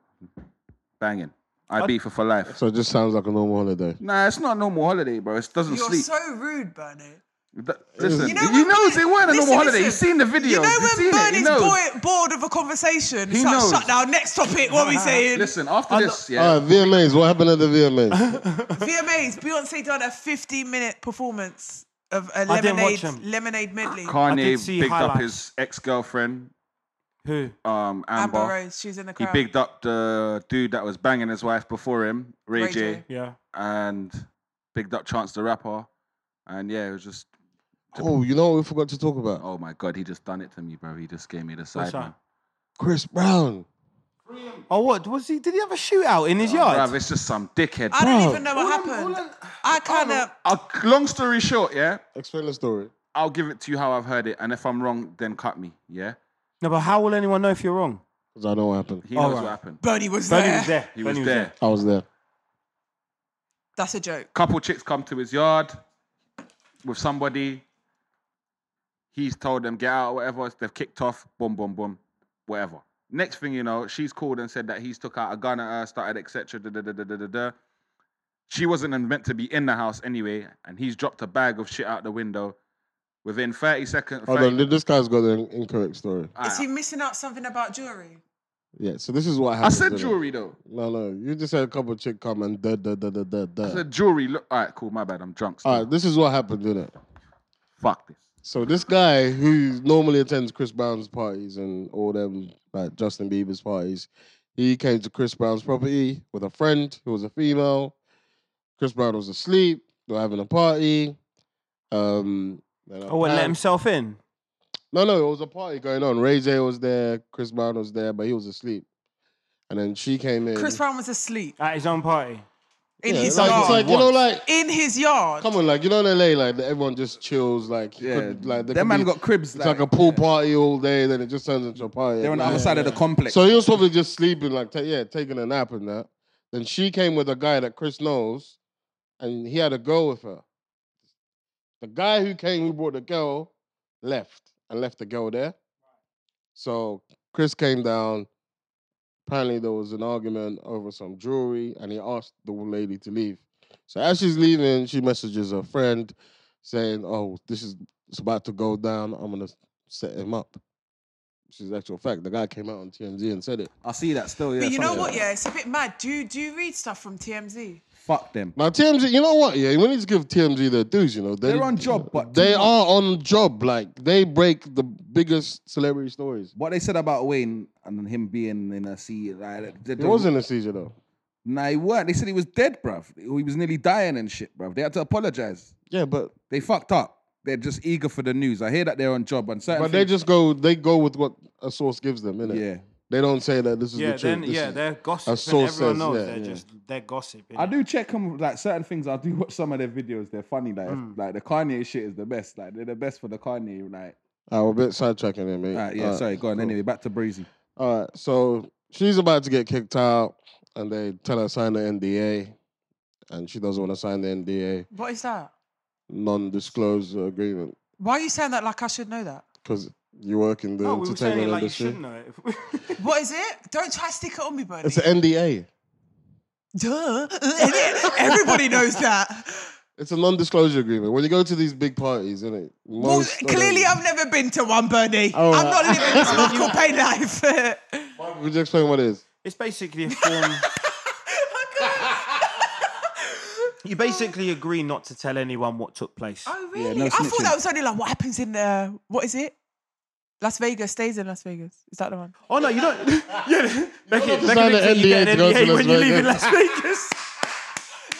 S3: Banging. I beat for for life.
S4: So it just sounds like a normal holiday.
S3: Nah, it's not a normal holiday, bro. It doesn't
S2: You're
S3: sleep.
S2: so rude, Bernie.
S3: Th- listen,
S2: You
S3: you,
S2: know
S3: know
S2: when
S3: knows
S2: Bernie-
S3: it weren't a
S2: listen,
S3: normal holiday.
S2: listen.
S3: You've seen the videos.
S2: You know
S3: You've
S2: when
S3: seen it. He
S2: Bernie's
S3: knows.
S2: boy, bored of a conversation,
S3: He
S2: he's like,
S3: knows.
S2: shut down, next topic, what we saying?
S3: Listen, after this, yeah.
S4: All right, VMAs. What happened at the VMAs?
S2: VMAs, Beyonce done a 15 minute performance of a
S1: I didn't watch
S2: lemonade,
S1: them.
S2: lemonade medley.
S1: I did
S3: Kanye
S1: see
S3: picked up
S1: highlights.
S3: his ex girlfriend
S1: Who?
S3: Um,
S2: Amber,
S3: Amber.
S2: Rose, she was in the
S3: he
S2: crowd.
S3: bigged up the dude that was banging his wife before him, Ray,
S2: Ray
S3: J,
S2: J.
S1: Yeah.
S3: and bigged up Chance the Rapper. And yeah, it was just,
S4: Oh, you know what we forgot to talk about?
S3: oh my God, he just done it to me, bro. He just gave me the
S1: What's
S3: side,
S1: that?
S3: man.
S4: Chris Brown.
S1: Oh, what was he? Did he have a shootout in his yard?
S3: Bruv, it's just some dickhead.
S2: I don't
S3: Bruv.
S2: even know what happened. I kind of.
S3: I'll- long story short, yeah,
S4: Explain the story.
S3: I'll give it to you how I've heard it. And if I'm wrong, then cut me, yeah?
S1: No, but how will anyone know if you're wrong?
S4: Because I know what happened.
S3: He
S1: All
S3: knows
S1: right.
S3: what happened.
S2: Bernie was
S1: Bernie
S2: there.
S1: was there.
S3: He
S1: Bernie
S3: was there.
S4: I was there.
S2: That's a joke.
S3: couple chicks come to his yard with somebody. He's told them get out, whatever. They've kicked off, boom, boom, boom, whatever. Next thing you know, she's called and said that he's took out a gun at her, started etc. Da, da, da, da, da, da, da. She wasn't meant to be in the house anyway, and he's dropped a bag of shit out the window. Within 30 seconds,
S4: Hold on, this guy's got the incorrect story.
S2: Is he missing out something about jewelry?
S4: Yeah, so this is what
S3: I
S4: happened.
S3: said
S4: innit?
S3: jewelry though.
S4: No, no, you just had a couple of chick come and da da da da da
S3: I
S4: da.
S3: said jewelry. Look, all right, cool. My bad. I'm drunk. Still.
S4: All right, this is what happened, innit?
S3: Fuck this.
S4: So this guy who normally attends Chris Brown's parties and all them like Justin Bieber's parties, he came to Chris Brown's property with a friend who was a female. Chris Brown was asleep. They were having a party. Um, then
S1: Oh, and let
S4: apparent-
S1: himself in.
S4: No, no, it was a party going on. Ray J was there. Chris Brown was there, but he was asleep. And then she came in.
S2: Chris Brown was asleep
S1: At his own party.
S2: in
S4: Yeah,
S2: his
S4: like,
S2: yard.
S4: it's like you know,
S3: Once.
S4: like
S2: in his yard.
S4: come on, like you know, in LA, like everyone just chills, like you
S7: Yeah,
S4: could- like there
S7: that
S4: could
S7: man
S4: be-
S7: got cribs.
S4: It's like, a pool party all day, then it just turns into a party.
S7: They're on the
S4: at
S7: other
S4: night.
S7: side of the complex.
S4: So he was probably just sleeping, like ta- yeah, taking a nap and that. Then she came with a guy that Chris knows, and he had a girl with her. The guy who came who brought the girl left and left the girl there. So Chris came down. Apparently there was an argument over some jewelry, and he asked the lady to leave. So as she's leaving, she messages her friend saying, "Oh, this is it's about to go down. I'm gonna set him up." Which is actual fact. The guy came out on TMZ and said it.
S7: I see that still. Yeah,
S2: but you know
S7: something
S2: what?
S7: like that.
S2: Yeah, it's a bit mad. Do you, do you read stuff from TMZ?
S7: Fuck them.
S4: Now TMZ, you know what? Yeah, we need to give TMZ their dues. You know, they,
S7: They're on job, but too
S4: they
S7: much.
S4: are on job. Like they break the biggest celebrity stories.
S7: What they said about Wayne and him being in a sea, like, the,
S4: It wasn't a seizure though.
S7: Nah, he weren't. They said he was dead, bruv. He was nearly dying and shit, bruv. They had to apologize.
S4: Yeah, but
S7: They fucked up. They're just eager for the news. I hear that they're on job and certain.
S4: but they
S7: things-
S4: just go they go with what a source gives them, innit?
S7: yeah.
S4: They don't say that this is
S1: Yeah,
S4: the truth.
S1: then
S4: this
S1: yeah,
S4: is-
S1: they're gossiping.
S4: saw
S1: Everyone
S4: says,
S1: knows
S4: yeah,
S1: they're
S4: yeah.
S1: just they're gossiping.
S7: I do check them like certain things. I do watch some of their videos. They're funny. Like like the Kanye shit is the best. Like they're the best for the Kanye. Like
S4: Ah, we're a bit sidetracking there, mate.
S7: Alright, yeah.
S4: Alright,
S7: sorry. Go on.
S4: cool.
S7: Anyway, back to Breezy.
S4: All right, so she's about to get kicked out, and they tell her sign the NDA, and she doesn't want to sign the NDA,
S2: What is that?
S4: non-disclosure agreement,
S2: Why are you saying that like I should know that?
S4: because you work in the
S1: No, Oh, we were saying
S4: entertainment
S1: it like you
S4: industry.
S1: should know it.
S2: What is it? Don't try to stick it on me, Bernie.
S4: it's an NDA.
S2: Duh. Everybody knows that.
S4: It's a non-disclosure agreement. When you go to these big parties, isn't it?
S2: Well, clearly, I've never been to one, Bernie.
S4: Oh,
S2: I'm not
S4: right.
S2: living this Michael Pay life. I
S4: I'm. Would you explain what it is?
S1: it's basically a form.
S2: can't-
S1: you basically agree not to tell anyone what took place.
S2: oh,
S7: Yeah,
S2: really?
S7: no
S2: I thought
S7: snitching.
S2: that was only like what happens in uh, what is it? Las Vegas stays in Las Vegas. Is that the one?
S1: Oh no, you don't. yeah, Becky,
S4: have
S1: Becky
S4: to sign
S1: thinks
S4: an
S1: that you get
S4: NDA
S1: an
S4: to go to
S1: NDA
S4: Las
S1: when you leave in Las
S4: Vegas.
S1: Vegas.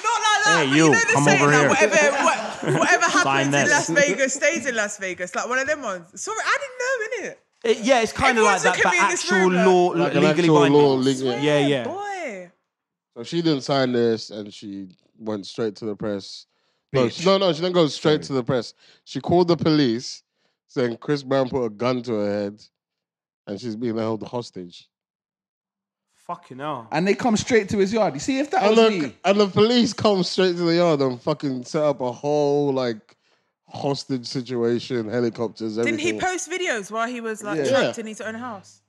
S2: Not like that.
S1: Hey,
S2: but you,
S1: you,
S2: know the
S1: come
S2: saying
S1: over
S2: that
S1: here.
S2: whatever, what, whatever
S1: Sign
S2: happens in
S1: this.
S2: Las Vegas stays in Las Vegas. Like one of them ones. Sorry, I didn't know, innit?
S1: It- yeah, it's kind of like
S2: Everyone's
S1: that,
S2: looking
S1: but
S2: at me in this
S1: actual
S2: room,
S1: law,
S4: Like an
S1: legally
S4: actual
S1: binding.
S4: law, leg- yeah.
S1: yeah, yeah.
S2: Boy.
S4: So she didn't sign this, and she went straight to the press. No, she, no, no, she didn't go straight to the press. She called the police, saying Chris Brown put a gun to her head, and she's being held hostage.
S1: Fucking hell.
S7: And they come straight to his yard. You see, if that
S4: And
S7: was
S4: the,
S7: me,
S4: and the police come straight to the yard and fucking set up a whole like hostage situation, helicopters, everything.
S2: Didn't he post videos while he was like
S7: Yeah.
S2: trapped
S4: Yeah.
S2: in his own house?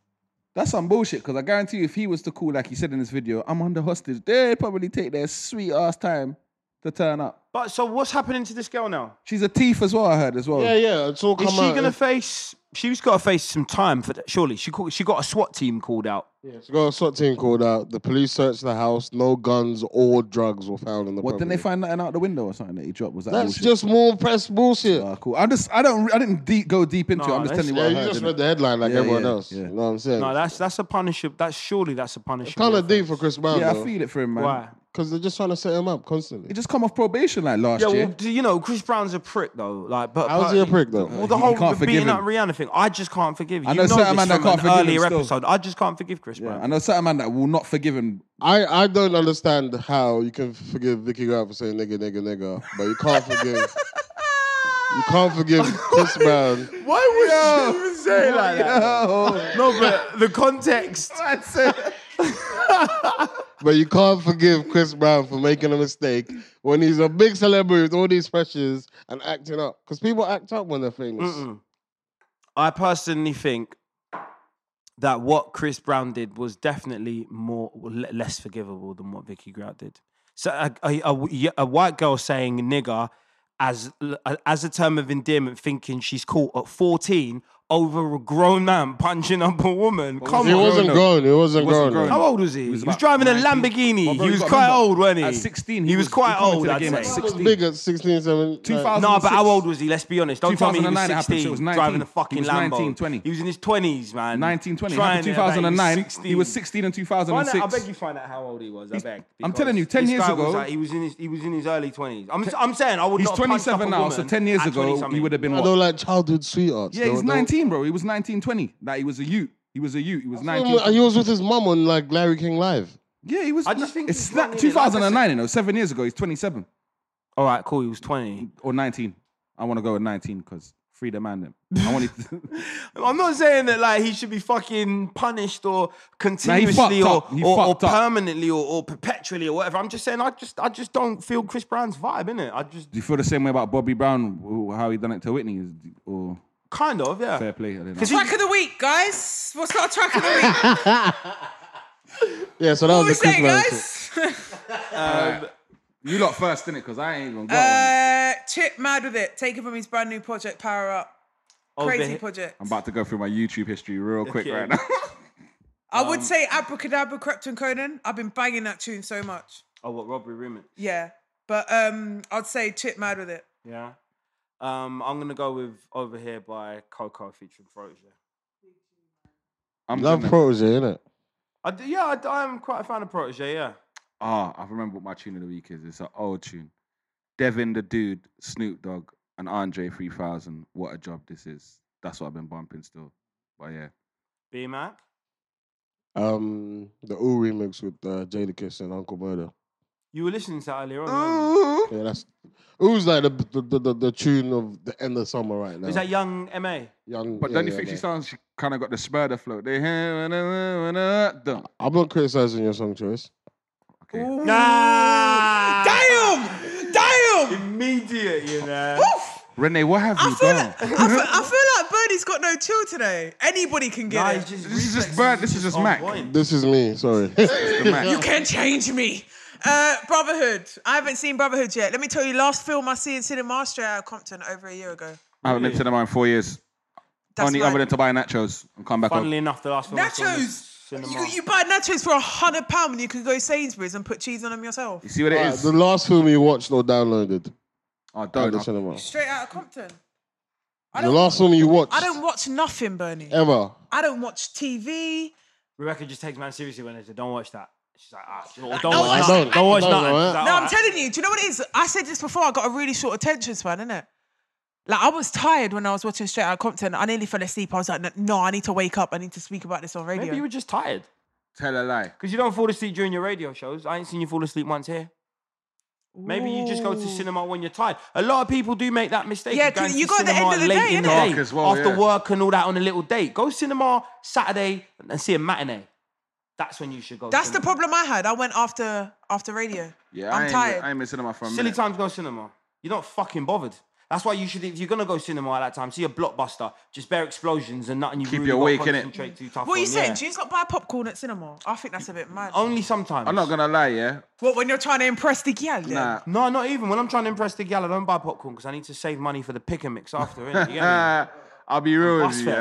S7: that's some bullshit. Because I guarantee you, if he was to call like he said in this video, I'm under hostage. They probably take their sweet ass time to turn up.
S1: But so what's happening to this girl now?
S7: She's a thief as well. I heard as well.
S4: Yeah, yeah, it's all come
S1: Is she
S4: out.
S1: gonna
S4: It's-
S1: face she's got to face some time for that. Surely she called, she got a SWAT team called out.
S4: Yeah, she got a SWAT team called out. The police searched the house. No guns or drugs were found in the
S3: What? Then they
S4: property.
S3: find nothing out the window or something that he dropped. Was that
S4: That's
S3: bullshit?
S4: just more press bullshit.
S3: Ah, cool. I just I don't I didn't deep, go deep into
S1: No,
S3: it. I'm just
S1: that's-
S3: telling you
S4: yeah,
S3: what
S4: you
S3: I heard.
S4: just
S3: innit?
S4: read the headline like
S3: Yeah,
S4: everyone
S3: yeah,
S4: else.
S3: yeah.
S4: You know what I'm saying?
S1: No, that's that's a punishable. That's surely that's a punishable.
S4: kind of deep for
S1: offense.
S4: Chris Brown
S3: yeah,
S4: though,
S3: I feel it for him, man.
S1: Why?
S4: because they're just trying to set him up constantly.
S3: He just come off probation like last
S1: Yeah, well,
S3: year.
S1: do you know, Chris Brown's a prick though. Like, but
S4: How's
S1: but-
S4: he a prick, though?
S1: Well, the
S3: He- he
S1: whole
S3: can't forgive
S1: beating up
S3: him.
S1: Rihanna thing, I just can't forgive you.
S3: I
S1: You
S3: know
S1: know this
S3: certain man that
S1: from
S3: can't
S1: an
S3: forgive him
S1: earlier
S3: still.
S1: episode. I just can't forgive Chris
S3: yeah,
S1: Brown.
S3: I know certain man that will not forgive him.
S4: I, I don't understand how you can forgive Vicky Guy for saying nigga, nigga, nigga, but you can't forgive you can't forgive Chris Brown.
S1: Why would you even say it like that? No, but the context.
S4: But you can't forgive Chris Brown for making a mistake when he's a big celebrity with all these pressures and acting up. Because people act up when they're famous.
S1: Mm-mm. I personally think that what Chris Brown did was definitely more le- less forgivable than what Vicky Grout did. So a, a- a w- y- a white girl saying nigger as l- a- as a term of endearment, thinking she's caught at fourteen over a grown man punching up a woman. Come
S4: He
S1: on.
S4: wasn't grown. He wasn't
S3: He wasn't
S4: grown.
S3: grown.
S1: How old was he? He
S3: He
S1: was,
S3: was about
S1: driving a
S3: 19.
S1: Lamborghini.
S3: Well, bro,
S1: he
S3: you
S1: was
S3: gotta
S1: quite
S3: remember,
S1: old, wasn't he?
S3: at 16,
S1: he,
S3: he
S1: was,
S3: was-
S1: quite
S3: he come into
S1: old.
S3: the
S1: I'd
S3: game
S1: say.
S3: at
S4: He was
S3: 16.
S4: big at 16, 17.
S3: 2000.
S1: No, but how
S3: 2006.
S1: old was he? Let's be honest. Don't tell me he was
S3: 2009 it happened,
S1: 16
S3: so it was 19.
S1: driving a fucking
S3: He was
S1: Lambo.
S3: 19, 20.
S1: He was in his 20s, man.
S3: 1920.
S1: Trying to- like,
S3: 2009. he was
S1: 16.
S3: 16 in
S1: Find
S3: 2006.
S1: out, I beg you find out how old he was. I beg.
S3: I'm
S1: because
S3: telling you, 10
S1: this
S3: years
S1: guy
S3: ago-
S1: was like- he was in his he was in his early 20s. I'm I'm saying I would.
S3: He's
S1: not have punched up
S3: 27
S1: a
S3: now, so
S1: woman
S3: 10 years
S1: at
S3: ago
S1: 20-something.
S3: he would have been
S4: I
S3: what?
S4: don't like childhood sweethearts.
S3: yeah,
S4: They
S3: he's
S4: were- they were-
S3: 19, bro. He was 19, 20. Like he was a youth. He was a youth. He was 19.
S4: Oh, He was with his mum on like Larry King Live.
S3: Yeah, he was.
S1: I just think
S3: it's
S1: he's wrong,
S3: not
S1: innit?
S3: 2009.
S1: Like I said-
S3: you know, seven years ago, he's 27
S1: All right, cool. He was 20.
S3: or 19. I want to go with 19 because free the man. Then I wanted.
S1: I'm not saying that like he should be fucking punished or continuously
S3: fucked
S1: or,
S3: up. He
S1: or, or
S3: fucked up.
S1: permanently or, or perpetually or whatever. I'm just saying I just I just don't feel Chris Brown's vibe in it. I just
S3: Do you feel the same way about Bobby Brown? wh- How he done it to Whitney? Is- Or
S1: kind of yeah.
S3: fair play? I don't know.
S1: Because
S2: Track of the week, guys. What's our track of the week?
S4: Yeah, so that
S2: what we
S4: was the Chris
S2: saying,
S4: Brown. shit.
S2: guys?
S3: You lot first, innit? Because I ain't even got one.
S2: Uh, Chip mad with it. Take it from his brand new project, Power Up. Crazy
S1: Oh, the-
S2: project.
S3: I'm about to go through my YouTube history real quick
S1: Okay.
S3: right now.
S2: I would
S1: um,
S2: say Abracadabra, Krypton Conan. I've been banging that tune so much.
S1: Oh, what robbery remix?
S2: Yeah. But um, I'd say Chip mad with it.
S1: Yeah. Um, I'm gonna go with Over Here by Coco featuring Frozia.
S3: I'm
S4: Love
S3: gonna-
S4: protege, innit?
S1: I d- yeah, I, d- I am quite a fan of Protege. Yeah.
S3: Ah, I remember what my tune of the week is. It's an old tune. Devin the Dude, Snoop Dogg, and Andre 3000. What a job this is. That's what I've been bumping still. But yeah.
S1: B Mac.
S4: Um, the Ooh remix with uh, Jadakiss and Uncle Murder.
S1: You were listening to that earlier on. weren't
S4: Yeah, that's Ooh's like the the, the, the the tune of the end of summer right
S1: you?
S4: now.
S1: Is that Young Ma?
S4: Young,
S3: But
S4: yeah,
S3: don't you
S4: yeah,
S3: think she
S4: man.
S3: sounds, she kind of got the smurder float. They Dun.
S4: I'm not criticizing your song choice.
S3: Okay.
S1: Nah.
S2: Damn! Damn!
S1: Immediate, you know.
S3: Renee, what have
S2: I
S3: you
S2: feel,
S3: done?
S2: like, I, feel, I feel like Birdie's got no chill today. Anybody can get
S1: Nah,
S2: it.
S1: it's just
S3: This is just
S1: reflexes,
S3: bad,
S1: it's
S3: this is just
S1: on
S3: Mac.
S1: point.
S4: This is me. Sorry.
S3: The man.
S2: You can change me. Uh, Brotherhood. I haven't seen Brotherhood yet. Let me tell you, last film I see in cinema straight out of Compton over a year ago.
S3: I haven't been to cinema in four years.
S2: That's
S3: Only
S2: mad.
S3: other than to buy nachos and come back home.
S1: Funnily enough, the last film I saw in the
S2: Nachos.
S1: cinema.
S2: You, you buy nachos for a hundred pound and you can go Sainsbury's and put cheese on them yourself.
S3: You see what it
S4: Alright,
S3: is?
S4: the last film you watched or downloaded
S3: Oh,
S4: at
S3: don't.
S4: the
S3: I-
S4: cinema.
S2: Straight out of Compton. I
S4: The
S2: don't,
S4: last film you watched
S2: I don't watch nothing, Bernie.
S4: ever.
S2: I don't watch TV.
S1: Rebecca just takes man seriously when they say, "Don't watch that." She's like, "Ah, don't, watch
S2: no, I
S1: that.
S4: don't.
S1: Don't watch
S4: Don't,
S1: nothing."
S4: alright.
S1: She's like,
S2: No, I'm
S1: "Alright."
S2: telling you. Do you know what it is? I said this before. I got a really short attention span, innit? Like I was tired when I was watching Straight Out Compton. I nearly fell asleep. I was like, no, I need to wake up. I need to speak about this on radio.
S1: Maybe you were just tired
S3: Tell a lie.
S1: because you don't fall asleep during your radio shows. I ain't seen you fall asleep once here. Maybe you just go to cinema when you're tired. A lot of people do make that mistake.
S2: Yeah,
S1: of going
S2: 'cause
S1: to
S2: you go at the
S1: cinema
S2: end of the
S1: late
S2: day,
S1: in
S2: innit?
S3: Dark as well,
S1: after
S3: yeah.
S1: work and all that on a little date. Go cinema Saturday and see a matinee. That's when you should go.
S2: That's the
S1: cinema.
S2: problem I had. I went after after radio.
S3: Yeah, I
S2: I'm
S3: ain't,
S2: tired.
S3: I ain't been to cinema for a
S1: Silly
S3: minute.
S1: times go cinema. You're not fucking bothered. That's why you should, if you're gonna go cinema at that time, see a blockbuster. Just bare explosions and nothing. You
S3: Keep
S1: really
S3: you
S1: gotta
S3: awake, innit?
S1: Concentrate too tough.
S2: what are you
S1: on,
S2: saying?
S1: yeah.
S2: Do you not buy popcorn at cinema? I think that's a bit mad.
S1: Only sometimes.
S3: I'm not gonna lie, yeah.
S2: What when you're trying to impress the gal? then?
S3: Nah.
S1: No, not even. When I'm trying to impress the gal, I don't buy popcorn because I need to save money for the pick and mix after. Innit? You get me?
S3: Uh, I'll be real with
S1: bus
S3: you. Yeah,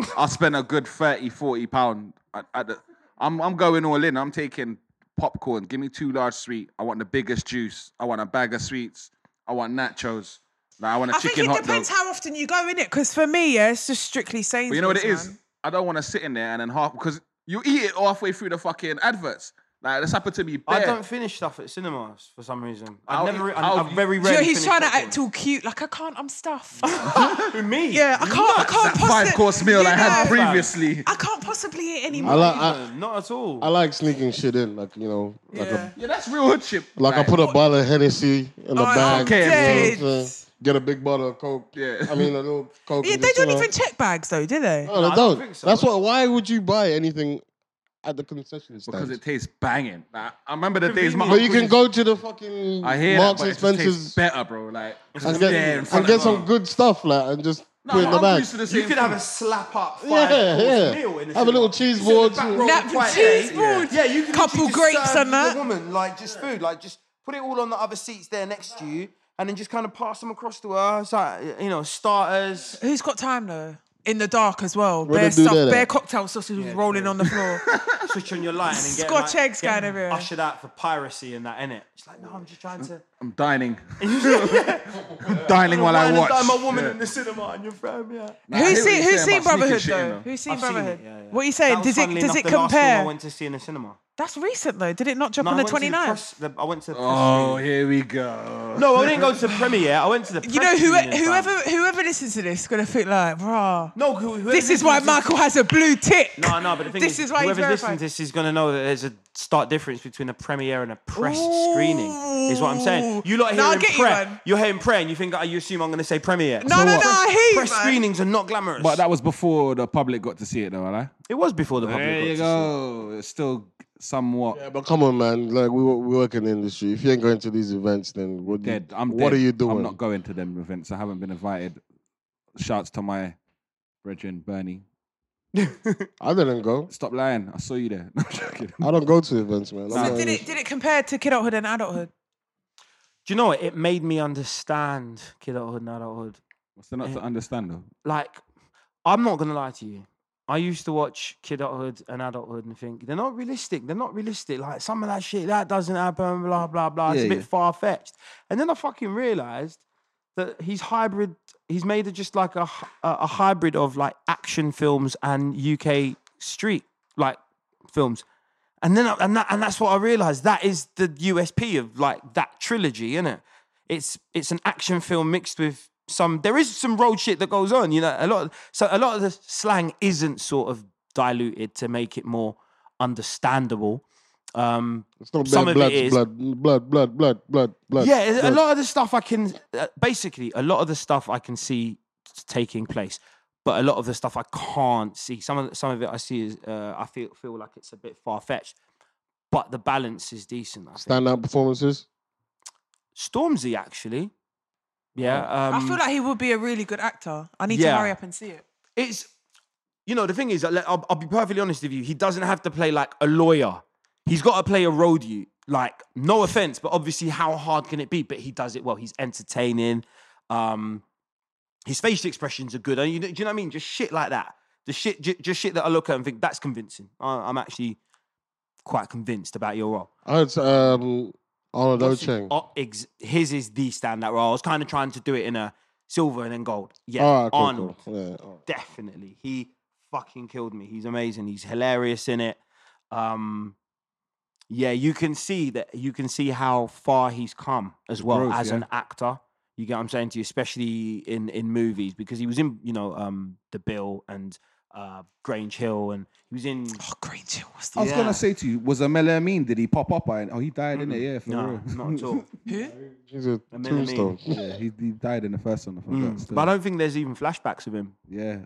S1: fare.
S3: I spent a good 30, 40 pound. At, at the, I'm I'm going all in. I'm taking popcorn. Give me two large sweet. I want the biggest juice. I want a bag of sweets. I want nachos. Like, I want a
S2: I think
S3: chicken
S2: it
S3: hot dog.
S2: depends how often you go in it. Because for me, yeah, it's just strictly Sainsbury's.
S3: But you know what it is?
S2: man.
S3: I don't want to sit in there and then half because you eat it halfway through the fucking adverts. Like this happened to me. Bare.
S1: I don't finish stuff at cinemas for some reason.
S3: I'll
S1: I've never.
S3: eat-
S1: I-
S3: I'll
S1: I've
S3: eat-
S1: very
S2: Do you know,
S1: rarely.
S2: he's
S1: finished
S2: trying to
S1: popcorn.
S2: act all cute. Like I can't. I'm stuffed.
S1: Who, me?
S2: yeah, I can't. I can't.
S3: that
S2: possi-
S3: five course meal
S2: you
S3: I had
S2: know,
S3: previously.
S2: I can't possibly eat anymore.
S4: I like I,
S1: Even, Not at all.
S4: I like sneaking shit in, like you know, like
S2: Yeah.
S4: a
S3: yeah, that's real hood chip.
S4: like I put a bottle of Hennessy in a
S2: Oh,
S4: bag.
S3: okay,
S4: you
S2: dude.
S4: know what I'm saying? Get a big bottle of Coke.
S3: Yeah.
S4: I mean a little Coke.
S2: Yeah,
S4: and
S2: they
S4: just, you
S2: don't
S4: know.
S2: even check bags though, do they?
S4: No, they
S1: I don't
S4: don't.
S1: think so.
S4: That's what. Why would you buy anything at the concession stand?
S3: because it tastes banging. Like, I remember the days my
S4: but you
S3: uncle
S4: can
S3: used-
S4: go to the fucking
S3: I hear
S4: Marks
S3: that,
S4: and
S3: but it just tastes
S4: Spencers
S3: better, bro. Like it's
S4: and
S3: just
S4: get,
S3: there in front
S4: and get
S3: of
S4: some
S3: me.
S4: good stuff, like, and just
S3: No,
S4: put
S3: my
S4: it in the
S3: uncle
S4: bag.
S3: used to the
S1: you
S3: same
S1: could have
S3: thing.
S1: a slap up five
S4: yeah,
S1: course
S4: yeah.
S1: meal in the
S4: Have
S1: cinema.
S4: a little
S1: You
S4: cheese
S1: sit in the
S4: board.
S1: back row
S2: Napkin
S1: quietly.
S2: cheese board.
S1: Yeah, you could
S2: Couple
S1: literally just
S2: grapes
S1: serve
S2: and that.
S1: The woman like just food, like just put it all on the other seats there next to you, and then just kind of pass them across to her. It's like you know starters.
S2: Who's got time though? In the dark as well.
S4: Where
S2: Bare
S4: they do
S2: stuff,
S4: that at?
S2: bare cocktail sauces rolling on the floor.
S1: Switch on your light and get
S2: Scotch
S1: like,
S2: eggs
S1: get
S2: going everywhere.
S1: Ushered out for piracy and that in it. She's like, no, I'm just trying to.
S3: I'm dining. dining while I
S1: Wine and
S3: watch.
S1: dine my woman
S3: Yeah.
S1: in the cinema and your fam, yeah.
S3: Nah, I hear
S2: Who's
S3: what
S2: seen
S3: you're
S2: Who's
S3: saying
S2: seen
S3: about sneaking
S2: Brotherhood
S3: shit in,
S2: though? Who's seen
S1: I've seen
S2: Brotherhood?
S1: it, yeah, yeah.
S2: What are you
S1: That
S2: saying?
S1: was
S2: Does it
S1: funnily
S2: does
S1: enough
S2: it
S1: the last film I
S2: compare?
S1: went to see in the cinema.
S2: That's recent though. Did it not drop
S1: No,
S2: on
S1: I
S2: the
S1: went to
S2: 29th?
S1: press- the- I went to. the press
S3: Oh,
S1: screening.
S3: here we go.
S1: No, I didn't go to the premiere. I went to the.
S2: you know
S1: press
S2: who,
S1: screening, fam.
S2: whoever whoever listens to this is gonna feel like, bruh.
S1: No, who, whoever
S2: This is why
S1: listens to
S2: Michael has a blue tick.
S1: This, no, no, but the thing
S2: this
S1: is,
S2: is why he's
S1: whoever's listening
S2: verified.
S1: to this is going to know that there's a stark difference between a premiere and a press screening. Is what I'm saying.
S2: Ooh.
S1: You lot
S2: Now I
S1: hearing
S2: get you
S1: prayer.
S2: one.
S1: You are hearing prayer, and you think oh, you assume I'm going to say premiere.
S2: No, no, no, I hear you,
S1: Press
S2: man.
S1: screenings are not glamorous.
S3: But that was before the public got to see it, though, right?
S1: it was before the public.
S3: There
S1: got
S3: you
S1: to see it.
S3: go. It's still somewhat.
S4: Yeah, but come on, man. Like we wo- we work in the industry. If you ain't going to these events, then what? do you-
S3: dead. I'm
S4: what
S3: dead.
S4: are you doing?
S3: I'm not going to them events. I haven't been invited. Shouts to my brethren, Bernie.
S4: I didn't go.
S3: Stop lying. I saw you there. No, I'm joking.
S4: I don't go to events, man. I'm
S3: So
S4: not
S2: Did
S4: in
S2: it
S4: this-
S2: did it compare to kidhood and adulthood?
S1: Do you know what? It made me understand kidhood and adulthood.
S3: What's there not to understand, though?
S1: like I'm not gonna lie to you. I used to watch kidhood and adulthood and think they're not realistic. They're not realistic. Like some of that shit that doesn't happen. Blah blah blah. It's
S3: Mm. Yeah,
S1: a bit
S3: yeah.
S1: far fetched. And then I fucking realized that he's hybrid. He's made it just like a hy- a, a hybrid of like action films and UK street like films. And then I, and that, and that's what I realized. That is the USP of like that trilogy, is it? It's it's an action film mixed with some. There is some road shit that goes on, you know. A lot. So a lot of the slang isn't sort of diluted to make it more understandable. Um,
S4: It's not
S1: some
S4: bad
S1: of
S4: blood,
S1: it is.
S4: blood, blood, blood, blood, blood, blood.
S1: yeah, a- a
S4: blood.
S1: lot of the stuff I can uh, basically a lot of the stuff I can see t- taking place, but a lot of the stuff I can't see. Some of some of it I see is uh, I feel feel like it's a bit far fetched, but the balance is decent. I think.
S4: standout performances.
S1: Stormzy actually. Yeah, um,
S2: I feel like he would be a really good actor. I need
S1: yeah.
S2: to hurry up and see it.
S1: it's you know the thing is I'll, I'll I'll be perfectly honest with you. He doesn't have to play like a lawyer. He's got to play a road you. Like no offense, but obviously how hard can it be? But he does it well. He's entertaining. Um, his facial expressions are good. And you, do you know what I mean? Just shit like that. The shit, ju- just shit that I look at and think that's convincing. I, I'm actually quite convinced about your role.
S4: I heard um, Arnold Ocheng.
S1: Oh, ex- his is the standout role. I was kind of trying to do it in a silver and then gold. Yeah,
S4: All right, Ah, cool,
S1: Arnold
S4: cool. Yeah, all right.
S1: definitely. He fucking killed me. He's amazing. He's hilarious in it. Um, yeah, you can see that. You can see how far he's come as well
S3: growth,
S1: as an
S3: yeah.
S1: actor. You get what I'm saying to you, especially in in movies because he was in you know um, The Bill and uh, Grange Hill, and he was in.
S2: Oh, Green Chill, what's
S3: I
S2: the
S3: was
S1: Yeah.
S3: gonna say to you, was a Melamine? Did he pop up? I, oh, he died in it. Yeah, for
S1: No,
S3: real.
S1: not at all.
S4: He's a
S1: I mean, I mean-
S4: tombstone.
S3: yeah, he, he died in the first one. I forgot.
S1: Mm,
S3: still.
S1: But I don't think there's even flashbacks of him.
S3: Yeah.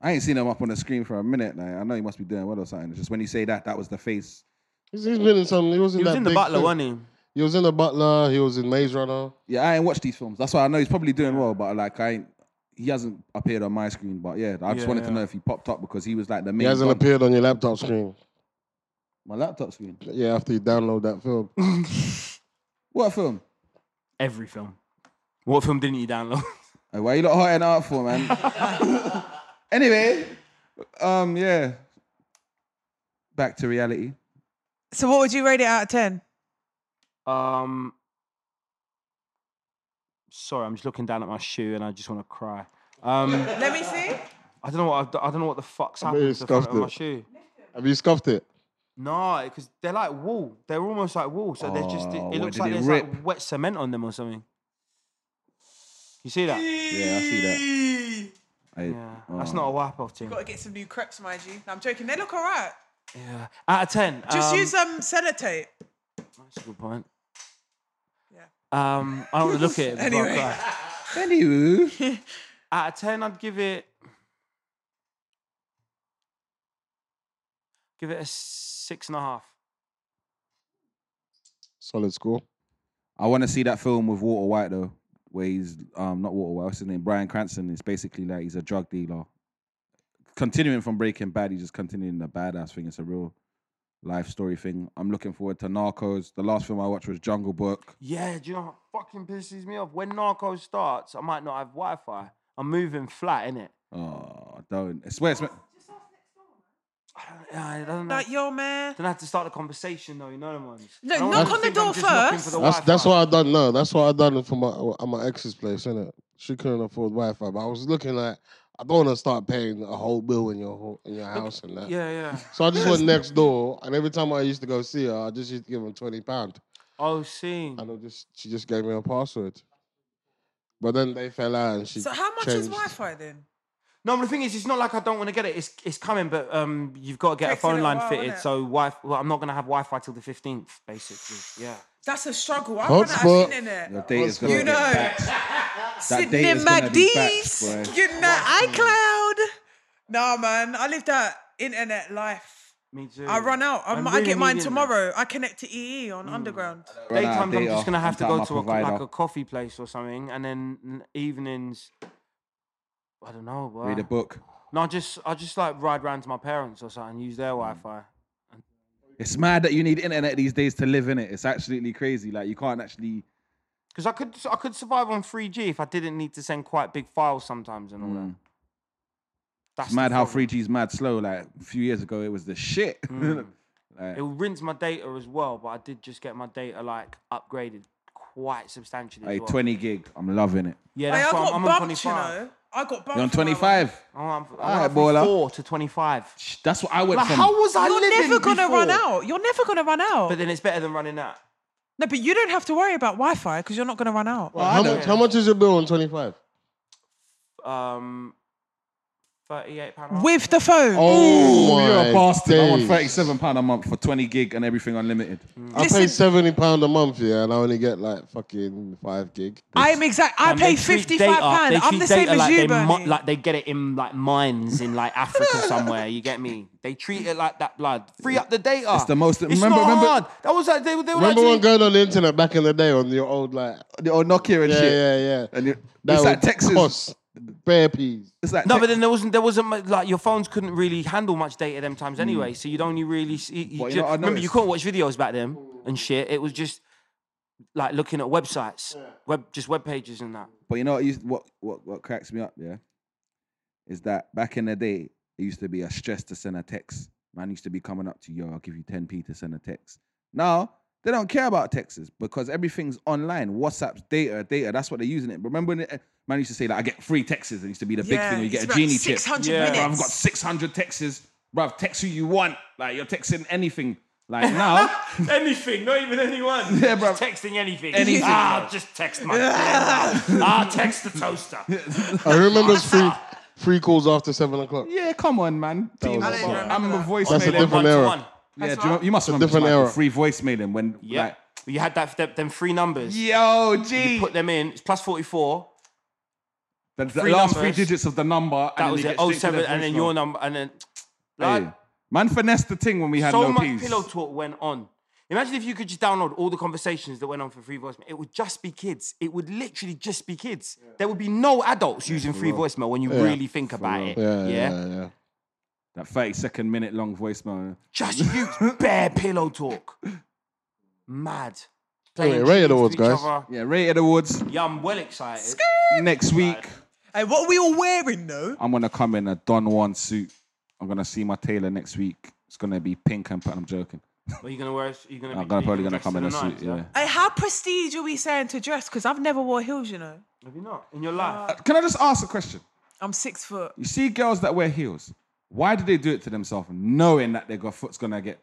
S3: I ain't seen him up on the screen for a minute. Like, I know he must be doing well or something. It's just when you say that, that was the face.
S4: He's, he's been in some. He was in
S1: He was
S4: that
S1: in The
S4: big
S1: Butler,
S4: film.
S1: wasn't he?
S4: He was in the Butler. He was in Maze Runner.
S3: Yeah, I ain't watched these films. That's why I know he's probably doing well, but like I ain't, he hasn't appeared on my screen. But yeah, I just
S1: Yeah,
S3: wanted to
S1: yeah.
S3: know if he popped up because he was like the main
S4: He hasn't
S3: gun-
S4: appeared on your laptop screen.
S3: my laptop screen.
S4: Yeah, after you download that film.
S3: What film?
S1: Every film. What film didn't you download?
S3: Hey, why you not hot and out for, man? anyway, um, yeah. Back to reality.
S2: So what would you rate it out of ten?
S1: Um, sorry, I'm just looking down at my shoe and I just want to cry. Um,
S2: Let me see.
S1: I don't know what I've, do- I don't know what the fuck's
S4: I bet
S1: happened
S4: you
S1: to the front of
S4: scuffed
S1: my
S4: it.
S1: shoe.
S4: Have you scuffed it?
S1: No, because they're like wool. They're almost like wool. So there's just it,
S3: Oh,
S1: it
S3: what,
S1: looks
S3: did
S1: like
S3: it
S1: there's
S3: rip?
S1: like wet cement on them or something. You see that?
S3: Yeah, I see that.
S2: You
S3: Hey,
S1: Yeah, that's
S3: oh.
S1: not a wipe off team.
S2: gotta get some new crepes, my G. No, I'm joking. They look alright.
S1: Yeah. Out of ten.
S2: Just
S1: um,
S2: use um sellotape.
S1: That's a good point.
S2: Yeah.
S1: Um, I don't want to look at it. before I
S2: Anyway.
S1: cry.
S3: Anywho,
S1: Out of ten, I'd give it. Give it a six and a half.
S4: Solid score.
S3: I want to see that film with Walter White though, where he's um not Walter White, what's his name? Brian Cranston. It's basically like he's a drug dealer. Continuing from Breaking Bad, he's just continuing the badass thing. It's a real life story thing. I'm looking forward to Narcos. The last film I watched was Jungle Book.
S1: Yeah, do you know what fucking pisses me off? When Narcos starts, I might not have Wi Fi. I'm moving flat, innit?
S3: Oh, don't. I swear it's.
S1: I don't, I don't know.
S2: Like yo, man.
S1: Then I have to start the conversation though, you know them ones.
S2: No,
S1: I don't want
S2: knock
S1: them
S2: on
S1: to
S2: the
S1: think I'm
S2: door
S1: just looking
S2: first.
S1: for the
S4: That's that's
S1: Wi-Fi.
S4: what I done. No, that's what I done for my at my ex's place, innit? She couldn't afford Wi-Fi, but I was looking like I don't want to start paying a whole bill in your ho- in your house and that.
S1: Yeah, yeah.
S4: So I just went next door, and every time I used to go see her, I just used to give her twenty pound,
S1: Oh, see.
S2: Mm.
S4: and I just she just gave me a password. But then they fell out, and she.
S2: So how much is
S4: changed.
S2: Wi-Fi then?
S1: No, but the thing is, it's not like I don't want to get it. It's it's coming, but um, you've got to get a
S2: Takes a
S1: phone
S2: little
S1: line
S2: while,
S1: fitted.
S2: innit?
S1: So Wi, well, I'm not gonna have Wi-Fi till the 15th, basically. Yeah.
S2: That's a struggle. I run out
S4: Hotspot.
S2: of in there.
S3: Your data's gonna
S2: You
S3: get
S2: know.
S3: backed. That
S2: Sydney
S3: data's gonna be backed,
S2: MacDees.
S3: boy.
S2: Getting that iCloud. Nah, man. I live that internet life.
S1: Me too.
S2: I run out. I'm,
S1: I'm
S2: I
S1: really
S2: get mine
S1: needing that.
S2: tomorrow. I connect to EE on Underground.
S3: Run out of
S1: Daytime, I'm
S3: data.
S1: just gonna have to
S3: Sometime
S1: go
S3: I
S1: to a, co-
S3: provide
S1: like
S3: up.
S1: a coffee place or something, and then n- evenings. I don't know. Bro.
S3: Read a book.
S1: No, I just I just like ride round to my parents or something, use
S3: Hmm.
S1: their Wi-Fi.
S3: It's mad that you need internet these days to live in it. It's absolutely crazy. Like you can't actually.
S1: Because I could I could survive on 3G if I didn't need to send quite big files sometimes and all that. That's
S3: Hmm. It's
S1: the
S3: mad how
S1: problem.
S3: 3G's mad slow. Like a few years ago, it was the shit.
S1: Mm.
S3: Like,
S1: It will rinse my data as well, but I did just get my data like upgraded quite substantially. as
S3: like
S1: well.
S3: 20 gig. I'm loving it.
S1: Yeah,
S2: Hey, I
S1: that's why
S2: got
S1: I'm, I'm on
S2: bumped, you
S1: 25.
S2: know. I got bumped.
S3: You're on
S2: from my
S3: 25.
S1: Oh, I'm, I'm
S3: Alright,
S1: up from
S3: baller.
S1: four to 25.
S3: Shh, That's what I went
S1: Like,
S3: from.
S1: how was I
S2: You're
S1: living
S2: never gonna
S1: before?
S2: run out. You're never gonna run out.
S1: But then it's better than running out.
S2: no, but you don't have to worry about Wi-Fi because you're not gonna run out.
S4: Well, how much? How much is your bill on twenty five?
S1: Um, 38 pounds.
S2: With the phone.
S4: Oh
S3: Ooh,
S4: my
S3: you're a bastard. I want
S4: days.
S3: 37 pound a month for 20 gig and everything unlimited.
S4: I
S2: Listen-
S4: pay seventy pound a month, yeah, and I only get like fucking five gig.
S2: I am exact. I pay fifty-five pound. I'm the same as
S1: like
S2: you,
S1: they mu-
S2: Bernie.
S1: like they get it in like mines in like Africa somewhere. You get me? They treat it like that blood. Free up the data.
S3: It's the most-
S1: It's
S3: remember-
S1: not
S3: remember-
S1: hard. That was like they, they were
S4: Remember
S1: actually,
S4: when going on the internet back in the day on your old like
S3: The old Oh, Nokia and
S4: yeah
S3: shit.
S4: yeah yeah.
S3: And you-
S4: That
S3: it's like
S4: would
S3: Texas.
S4: cost bare peas.
S3: It's like
S1: No,
S3: Tex-
S1: but then there wasn't there wasn't mu- like your phones couldn't really handle much data them times anyway. So you'd only really see, you
S3: But Hmm. you
S1: ju-
S3: know what I
S1: remember you
S3: noticed?
S1: couldn't watch videos back then and shit. It was just like looking at websites, web just web pages and that.
S3: But you know what, used, what, what, what cracks me up, yeah? Is that back in the day, it used to be a stress to send a text. Man used to be coming up to you, I'll give you 10p to send a text. Now, they don't care about texts because everything's online. WhatsApp's data, data. That's what they're using it. Remember when it, eh, man used to say, like, I get free texts and it used to be the big thing where you
S2: it's
S3: get a
S2: about
S3: genie chip.
S2: 600
S1: Yeah.
S3: Bruv, I've
S2: minutes.
S3: got 600 texts. Bruv, text who you want. Like, you're texting anything. Like, now,
S1: Anything, not even anyone.
S3: Yeah, bro. Just
S1: texting anything.
S3: Anything. Ah,
S1: just text my. ah, text the toaster.
S4: I remember it's free free calls after seven o'clock.
S3: yeah, come on, man.
S4: was- I
S3: I'm
S4: didn't
S3: a
S4: That's a
S3: voicemail.
S4: different era.
S3: Yeah, do you, you must remember
S4: different
S3: just, like,
S4: era.
S3: the free voicemailing when
S1: Yeah,
S3: like
S1: you had that them, them three numbers.
S3: yo
S1: You
S3: G
S1: put them in. It's plus forty four.
S3: the, the
S1: three
S3: last
S1: numbers.
S3: three digits of the number.
S1: That
S3: and
S1: was
S3: then
S1: it.
S3: they
S1: Oh
S3: get straight to
S1: seven,
S3: the
S1: and then
S3: voicemail.
S1: your number, and then.
S3: Hey,
S1: Like,
S3: man finessed the thing when we had
S1: so
S3: no
S1: much
S3: peace.
S1: pillow talk went on. Imagine if you could just download all the conversations that went on for free voicemail. It would just be kids. It would literally just be kids. There would be no adults using free voicemail when you really think about it. Yeah.
S4: Yeah, yeah, yeah.
S3: That thirty second minute long voicemail.
S1: Just use bare pillow talk. Mad.
S4: Anyway,
S1: saying
S4: Ray
S1: cheers to
S4: Awards,
S1: each
S4: guys.
S1: other.
S3: Yeah, rated awards
S1: Yeah, I'm well excited.
S3: next week.
S2: Hey, what are we all wearing though?
S3: I'm gonna come in a Don Juan suit. I'm gonna see my tailor next week. It's gonna be pink and purple. I'm joking.
S1: Are you gonna wear? Are you gonna?
S3: I'm
S1: be, are
S3: gonna,
S1: you
S3: probably gonna
S1: dress
S3: come
S1: to
S3: in a
S1: the
S3: suit.
S1: nines,
S3: Yeah.
S2: Hey, how prestige are we saying to dress? Because I've never wore heels, you know.
S1: Have you not in your life?
S3: Uh, Can I just ask a question?
S2: I'm six foot.
S3: You see girls that wear heels. Why do they do it to themselves, knowing that their go- foot's gonna get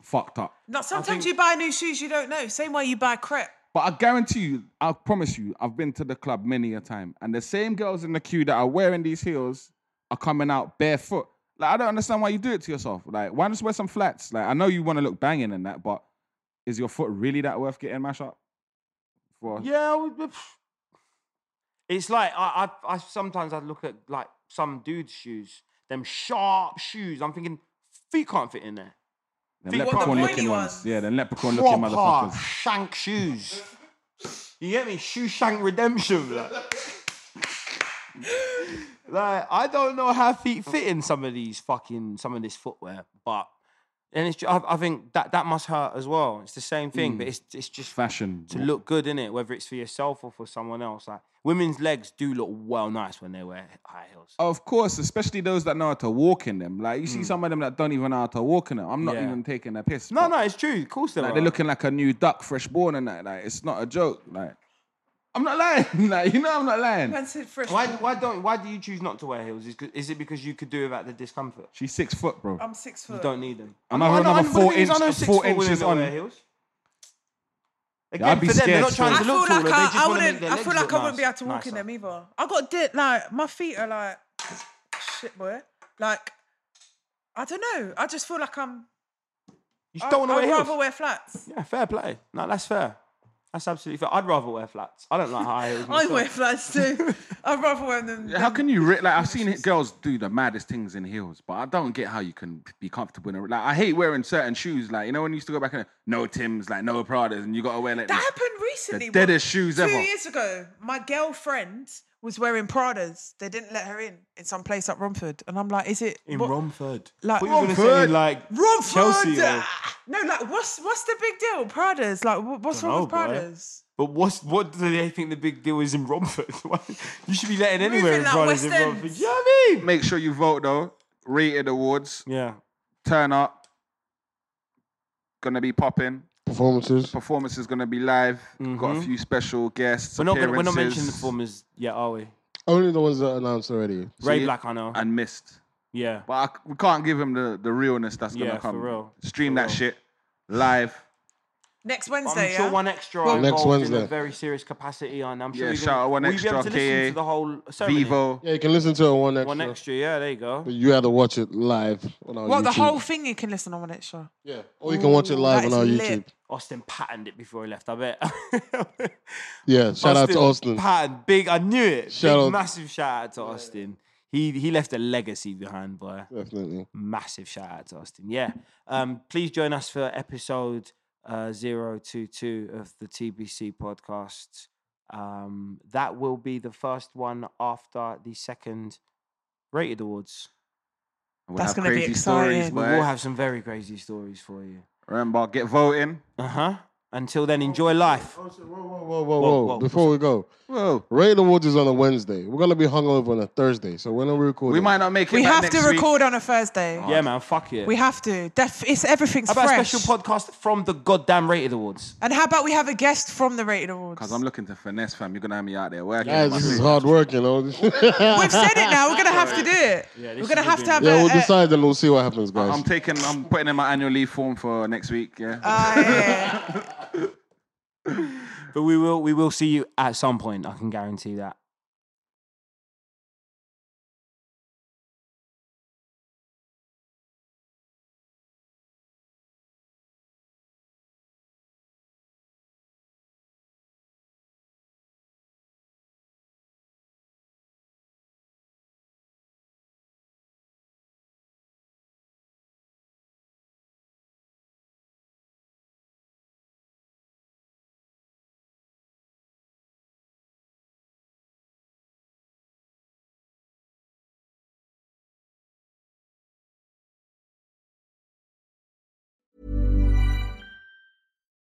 S3: fucked up?
S2: No, sometimes you buy new shoes you don't know. Same way you buy crep.
S3: But I guarantee you, I promise you, I've been to the club many a time, and the same girls in the queue that are wearing these heels are coming out barefoot. Like I don't understand why you do it to yourself. Like why just wear some flats? Like I know you want to look banging and that, but is your foot really that worth getting mashed up for?
S1: Yeah. I would- pff. It's like I, I, I sometimes I look at like some dude's shoes, them sharp shoes. I'm thinking feet can't fit in there. Feet-
S3: Them
S1: what, the
S3: leprechaun looking
S2: pointy
S3: ones.
S2: ones?
S3: Yeah, the leprechaun looking
S1: Proper
S3: motherfuckers.
S1: shank shoes. You get me? Shoe shank redemption. Like. Like, I don't know how feet fit in some of these fucking some of this footwear, but and it's ju- I, I think that that must hurt as well. It's the same thing, but it's it's just
S3: Mm. Fashion.
S1: to look good in it, whether it's for yourself or for someone else. Like women's legs do look well nice when they wear high heels.
S3: Of course, especially those that know how to walk in them. Like you see some of them that don't even know how to walk in them. I'm not
S1: Hmm. Yeah.
S3: even taking a piss.
S1: No,
S3: but-
S1: no, it's true. Of course they
S3: Like
S1: are.
S3: they're looking like a new duck, fresh born, and that. Like it's not a joke. Like I'm not lying. Like you know, I'm not lying.
S2: Man said fresh.
S1: Why why don't why do you choose not to wear heels? Is, is it because you could do without the discomfort?
S3: She's six foot, bro.
S2: I'm six foot.
S1: You don't need them.
S3: And I heard
S1: but
S3: another
S1: the
S3: four
S1: thing is, I
S3: inch-
S1: know six
S3: four
S1: foot women
S3: inches
S1: that wear
S3: on.
S1: heels.
S3: Yeah, I'd
S1: Again,
S3: be
S1: for them, they're
S3: scared
S1: not trying
S2: I
S1: to
S3: still.
S2: feel
S1: look taller.
S2: like
S1: they
S2: I,
S1: just
S2: I
S1: wanna make
S2: wouldn't.
S1: their
S2: I
S1: legs
S2: feel like
S1: look
S2: I wouldn't be able
S1: nice-
S2: to walk in
S1: nicer.
S2: them either. I got di like my feet are like shit, boy. Like I don't know. I just feel like I'm.
S1: You
S2: I,
S1: just don't want to
S2: I'd
S1: wear
S2: rather
S1: heels.
S2: wear flats.
S1: Yeah, fair play. No, that's fair. That's absolutely fair. I'd rather wear flats. I don't like high heels.
S2: I
S1: myself.
S2: wear flats too. I'd rather wear them.
S3: How can you re- like? I've seen it- girls do the maddest things in heels, but I don't get how you can be comfortable in a like. I hate wearing certain shoes. Like you know when you used to go back and no Tims, like no Pradas, and you gotta wear like
S2: That
S3: this-
S2: happened recently.
S3: The
S2: what-
S3: deadest shoes
S2: two
S3: ever.
S2: years ago, my girlfriend was wearing Pradas. They didn't let her in in some place at Romford, and I'm like, is it
S1: in
S2: what-
S1: Romford.
S2: Like-
S1: Thought you were gonna say,
S3: Romford.
S1: like
S2: Romford?
S1: Chelsea. Or,
S2: Ah! No, like what's what's the big deal? Pradas, like wh- what's
S1: Dunno,
S2: wrong with
S1: boy.
S2: Pradas?
S1: but what's what do they think the big deal is in Romford? Why- you should be letting anywhere
S2: Moving
S1: in
S2: like
S1: Brothers
S2: West
S1: in
S2: End.
S1: Romford. You know what I mean?
S3: Make sure you vote though. Rated awards.
S1: Yeah.
S3: Turn up. Gonna be popping.
S4: Performances.
S3: Performance is gonna be live. Got a few special
S1: Mm-hmm.
S3: guests.
S1: We're not gonna, we're not mentioning the
S3: appearances,
S1: performers yet, are we?
S4: Only the ones that announced already.
S1: Ray
S3: you-
S1: Black, I know.
S3: and missed.
S1: yeah.
S3: But I c we can't give him the, the realness that's gonna
S1: Yeah, for
S3: come.
S1: real,
S3: Stream
S1: for
S3: that
S1: real.
S3: shit live.
S2: Next
S1: I'm
S2: Wednesday,
S1: sure
S2: yeah.
S1: one extra are
S4: Next
S1: involved in
S4: Wednesday.
S1: a very serious capacity, and I'm sure
S3: Yeah,
S1: you're
S3: shout
S1: gonna-
S3: out one
S1: will you be able
S3: extra,
S1: to listen
S3: KA,
S1: to the whole ceremony?
S3: Vivo.
S4: Yeah, you can listen to it on one extra.
S1: One extra, yeah, there you go.
S4: But you had to watch it live on our
S2: Well,
S4: YouTube.
S2: the whole thing you can listen on one extra.
S4: Yeah, or you can watch it
S2: Ooh,
S4: live
S2: that
S4: on
S2: is
S4: our
S2: lit.
S4: YouTube.
S1: Austin patterned it before he left, I bet.
S4: Yeah, shout out to Austin.
S1: Patton, big, I knew it.
S4: Shout
S1: big,
S4: out-
S1: massive shout out to Austin. He he left a legacy behind, boy.
S4: Definitely.
S1: Massive shout out to Austin. Yeah. Um, please join us for episode uh, 022 of the TBC podcast. Um, that will be the first one after the second rated awards.
S3: We'll
S2: That's
S3: have
S2: gonna be
S3: crazy
S2: exciting.
S3: stories.
S2: We
S1: We
S3: boy.
S1: will have some very crazy stories for you.
S3: Remember, get voting.
S1: Uh huh. Until then, enjoy life.
S4: Whoa, whoa, whoa, whoa,
S1: Whoa,
S4: whoa.
S1: whoa,
S4: Before we go,
S3: Whoa.
S4: Raid Awards is on a Wednesday. We're gonna be hungover on a Thursday, so when are we recording?
S3: We might not make it.
S2: We
S3: back
S2: have to
S3: next week.
S2: record on a Thursday.
S1: Oh, Yeah, man. Fuck it.
S2: We have to. Def- it's everything's
S1: How about
S2: fresh.
S1: a special podcast from the goddamn rated awards?
S2: and how about we have a guest from the Rated Awards?
S3: Cause I'm looking to finesse, fam. You're gonna have me out there working.
S4: Guys,
S3: man.
S4: this is hard work, you know. yeah,
S2: We've said it now. We're gonna have to do it.
S1: this
S2: We're gonna
S1: is
S2: have to have a.
S4: we'll
S2: a-
S4: decide and we'll see what happens,
S3: I-
S4: guys.
S3: I'm taking. I'm putting in my annual leave form for next week. Yeah.
S2: Ah, yeah.
S1: But we will, we will see you at some point. I can guarantee that.